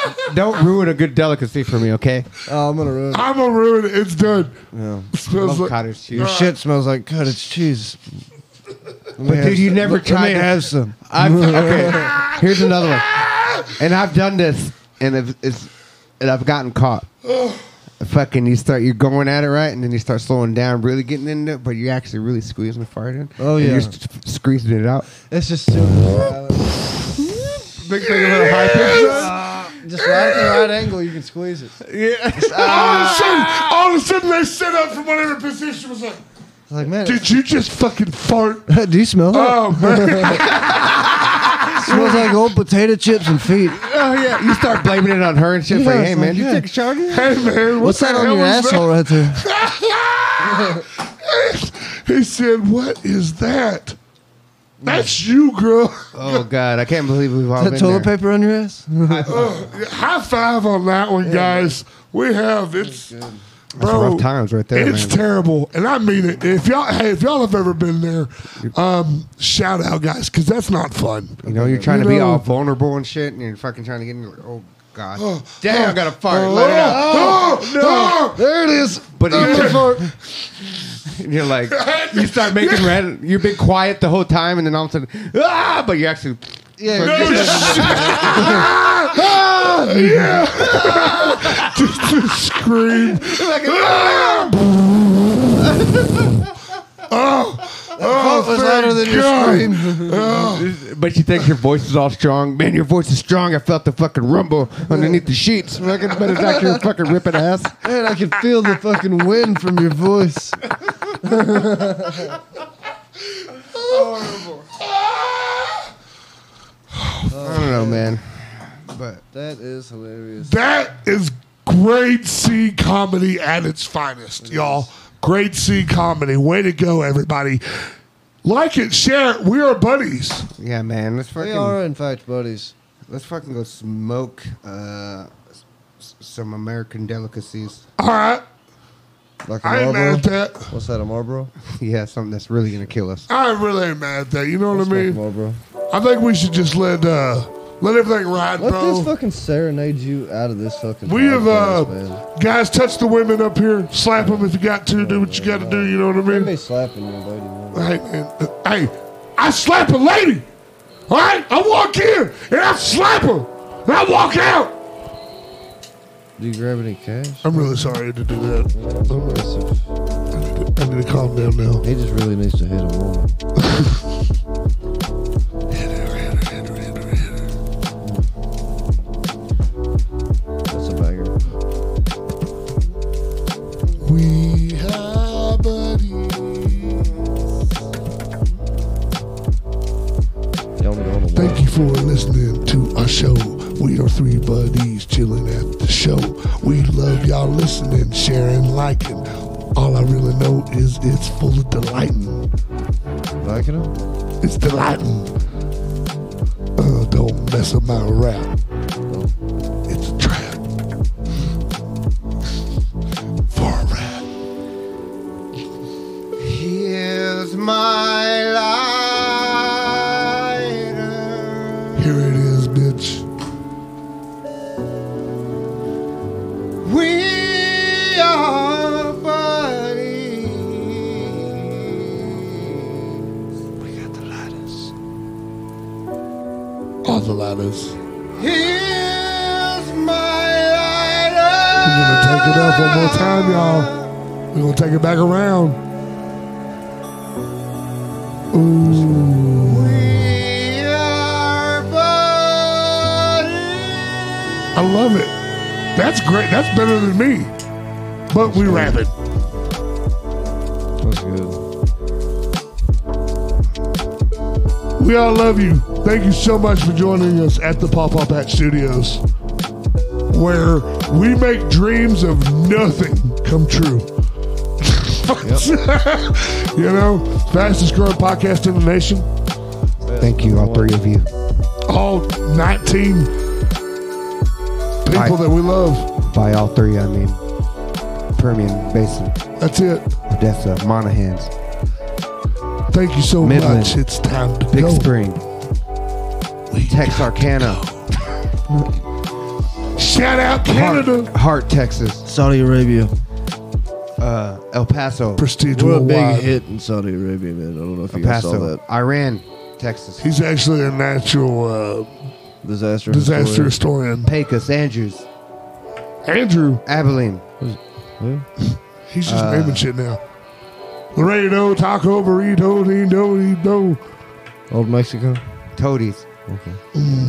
[SPEAKER 3] ru- don't ruin a good delicacy for me, okay?
[SPEAKER 2] Oh, I'm gonna ruin it.
[SPEAKER 1] I'm a ruin. it. It's done.
[SPEAKER 2] No.
[SPEAKER 1] Smells
[SPEAKER 3] Love
[SPEAKER 1] like
[SPEAKER 3] cottage cheese.
[SPEAKER 2] Your shit smells like cottage cheese. But
[SPEAKER 3] dude, you never
[SPEAKER 2] let,
[SPEAKER 3] tried
[SPEAKER 2] Let me
[SPEAKER 3] to-
[SPEAKER 2] have some. (laughs)
[SPEAKER 3] I've, okay, here's another one. And I've done this, and if it's, and I've gotten caught. Fucking, you start, you're going at it right, and then you start slowing down, really getting into it, but you're actually really squeezing the fart in.
[SPEAKER 2] Oh,
[SPEAKER 3] and
[SPEAKER 2] yeah.
[SPEAKER 3] you're s- squeezing it out.
[SPEAKER 2] It's just super violent. Big thing, a little high pitch. just right at the right angle, you can squeeze it. It's
[SPEAKER 1] all
[SPEAKER 2] Ah!
[SPEAKER 1] of a sudden, all of a sudden they sit up from whatever position was like,
[SPEAKER 2] like, man,
[SPEAKER 1] did you just fucking fart?
[SPEAKER 2] (laughs) do you smell that? (laughs)
[SPEAKER 1] Oh man,
[SPEAKER 2] It smells like old potato chips and feet.
[SPEAKER 3] Oh yeah, you start blaming it on her and shit.
[SPEAKER 2] Yeah,
[SPEAKER 3] like,
[SPEAKER 2] it's
[SPEAKER 3] hey
[SPEAKER 2] like,
[SPEAKER 3] man, you
[SPEAKER 2] yeah.
[SPEAKER 3] take a shot.
[SPEAKER 1] hey man, what
[SPEAKER 2] What's
[SPEAKER 1] the
[SPEAKER 2] that on
[SPEAKER 1] hell
[SPEAKER 2] your
[SPEAKER 1] was
[SPEAKER 2] asshole right there?
[SPEAKER 1] that? he said, "What is that? That's you, girl." (laughs)
[SPEAKER 3] Oh god, I can't believe we've all
[SPEAKER 2] Is that
[SPEAKER 3] been
[SPEAKER 2] toilet
[SPEAKER 3] there.
[SPEAKER 2] paper on your ass? (laughs)
[SPEAKER 1] High five on that one, guys. We have it's,
[SPEAKER 3] That's
[SPEAKER 1] bro.
[SPEAKER 3] rough times right there,
[SPEAKER 1] It's
[SPEAKER 3] man.
[SPEAKER 1] terrible, and I mean it. If y'all, hey, if y'all have ever been there, um, shout out, guys, because that's not fun.
[SPEAKER 3] you know, you're trying
[SPEAKER 1] You
[SPEAKER 3] to be
[SPEAKER 1] know-
[SPEAKER 3] all vulnerable and shit, and you're fucking trying to get into. Like, oh god,
[SPEAKER 2] (gasps)
[SPEAKER 3] damn, I got a fart. let it out.
[SPEAKER 1] Oh, oh,
[SPEAKER 2] There it is.
[SPEAKER 3] But
[SPEAKER 2] Another
[SPEAKER 3] you're,
[SPEAKER 2] fart.
[SPEAKER 3] Uh, (laughs) you're (laughs) like, you start making red. You've been quiet the whole time, and then all of a sudden, ah! But Ah, you actually,
[SPEAKER 2] Yeah,
[SPEAKER 1] no,
[SPEAKER 2] just-
[SPEAKER 1] (laughs) (laughs) Just the
[SPEAKER 3] (laughs)
[SPEAKER 1] scream. Ah!
[SPEAKER 2] fart was louder than
[SPEAKER 1] God.
[SPEAKER 2] your scream.
[SPEAKER 3] but you think your voice is all strong. Man, your voice is strong. I felt the fucking rumble underneath the sheets. Fucking- But it's actually (laughs) a fucking ripping ass.
[SPEAKER 2] Man, I can feel the fucking wind from your voice.
[SPEAKER 3] I don't know, man. But
[SPEAKER 2] That is hilarious.
[SPEAKER 1] That is grade C comedy at its finest, y'all. Grade C comedy. Way to go, everybody. Like it, share it. We are buddies.
[SPEAKER 3] yeah, man, let's fucking.
[SPEAKER 2] We are, in fact, buddies.
[SPEAKER 3] Let's fucking go smoke uh, s- s- some American delicacies.
[SPEAKER 1] All right.
[SPEAKER 2] Like a
[SPEAKER 1] I ain't
[SPEAKER 2] Marlboro.
[SPEAKER 1] mad at that.
[SPEAKER 2] What's that, a Marlboro?
[SPEAKER 3] (laughs) Yeah, something that's really gonna kill us.
[SPEAKER 1] I really ain't mad at that. You know what I
[SPEAKER 2] Smoke
[SPEAKER 1] mean?
[SPEAKER 2] Marlboro.
[SPEAKER 1] I think we should just let uh let everything ride,
[SPEAKER 2] Let
[SPEAKER 1] bro.
[SPEAKER 2] this fucking serenade you out of this fucking.
[SPEAKER 1] we have uh
[SPEAKER 2] podcast, man.
[SPEAKER 1] guys touch the women up here. Slap them if you got to. Do what you got to do. You know what I
[SPEAKER 2] Give
[SPEAKER 1] mean?
[SPEAKER 2] me slapping your lady. Man.
[SPEAKER 1] Hey, man. Hey, I I slap a lady. All right? I walk in and I slap her. And I walk out.
[SPEAKER 2] Do you grab any cash?
[SPEAKER 1] I'm really sorry to do that. I'm really sorry.
[SPEAKER 2] Impressive.
[SPEAKER 1] I need to calm down now.
[SPEAKER 2] He just really needs to hit a woman. That's a banger.
[SPEAKER 1] We have buddies.
[SPEAKER 2] Y'all need to
[SPEAKER 1] Thank you for listening to our show. We are three buddies chilling at the show. We love y'all listening, sharing, liking. All I really know is it's full of delighting.
[SPEAKER 2] Liking him?
[SPEAKER 1] It's delighting. Uh, don't mess up my rap. It's a trap. For a rap.
[SPEAKER 3] Here's my lighter.
[SPEAKER 1] Here it is, bitch.
[SPEAKER 3] We are buddies.
[SPEAKER 1] All the lighters.
[SPEAKER 3] Here's my
[SPEAKER 1] We're
[SPEAKER 3] lighter.
[SPEAKER 1] gonna take it up one more time, y'all. We're gonna take it back around. Ooh.
[SPEAKER 3] We are buddies.
[SPEAKER 1] I love it. That's great. That's better than me. But we rap it.
[SPEAKER 2] That was good.
[SPEAKER 1] We all love you. Thank you so much for joining us at the Pop Pop Hat Studios, where we make dreams of nothing come true. (laughs) you know, fastest growing podcast in the nation.
[SPEAKER 3] Thank you, all three of you.
[SPEAKER 1] all 19 people
[SPEAKER 3] Right.
[SPEAKER 1] that we love.
[SPEAKER 3] By all three, I mean Permian Basin,
[SPEAKER 1] That's it.
[SPEAKER 3] Odessa, Monahans,
[SPEAKER 1] Thank you so
[SPEAKER 3] Midland.
[SPEAKER 1] much. It's time to
[SPEAKER 3] Big
[SPEAKER 1] go.
[SPEAKER 3] Spring,
[SPEAKER 1] We
[SPEAKER 3] Texarkana,
[SPEAKER 1] got- Shout out Canada.
[SPEAKER 3] Hart, Hart, Texas,
[SPEAKER 2] Saudi Arabia.
[SPEAKER 3] uh, El Paso,
[SPEAKER 1] Prestige
[SPEAKER 2] We're a big
[SPEAKER 1] worldwide.
[SPEAKER 2] hit in Saudi Arabia, man. I don't know if
[SPEAKER 3] El
[SPEAKER 2] you guys saw
[SPEAKER 3] Paso,
[SPEAKER 2] that
[SPEAKER 3] Iran, Texas,
[SPEAKER 1] He's actually a natural uh,
[SPEAKER 2] disaster.
[SPEAKER 1] disaster
[SPEAKER 2] historian.
[SPEAKER 1] historian.
[SPEAKER 3] Pecos, Andrews,
[SPEAKER 1] Andrew,
[SPEAKER 3] Abilene,
[SPEAKER 1] he's just naming shit now. Laredo, Taco, Burrito, Dino, Dino.
[SPEAKER 2] Old Mexico.
[SPEAKER 3] Toadies,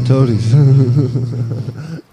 [SPEAKER 2] Toadies.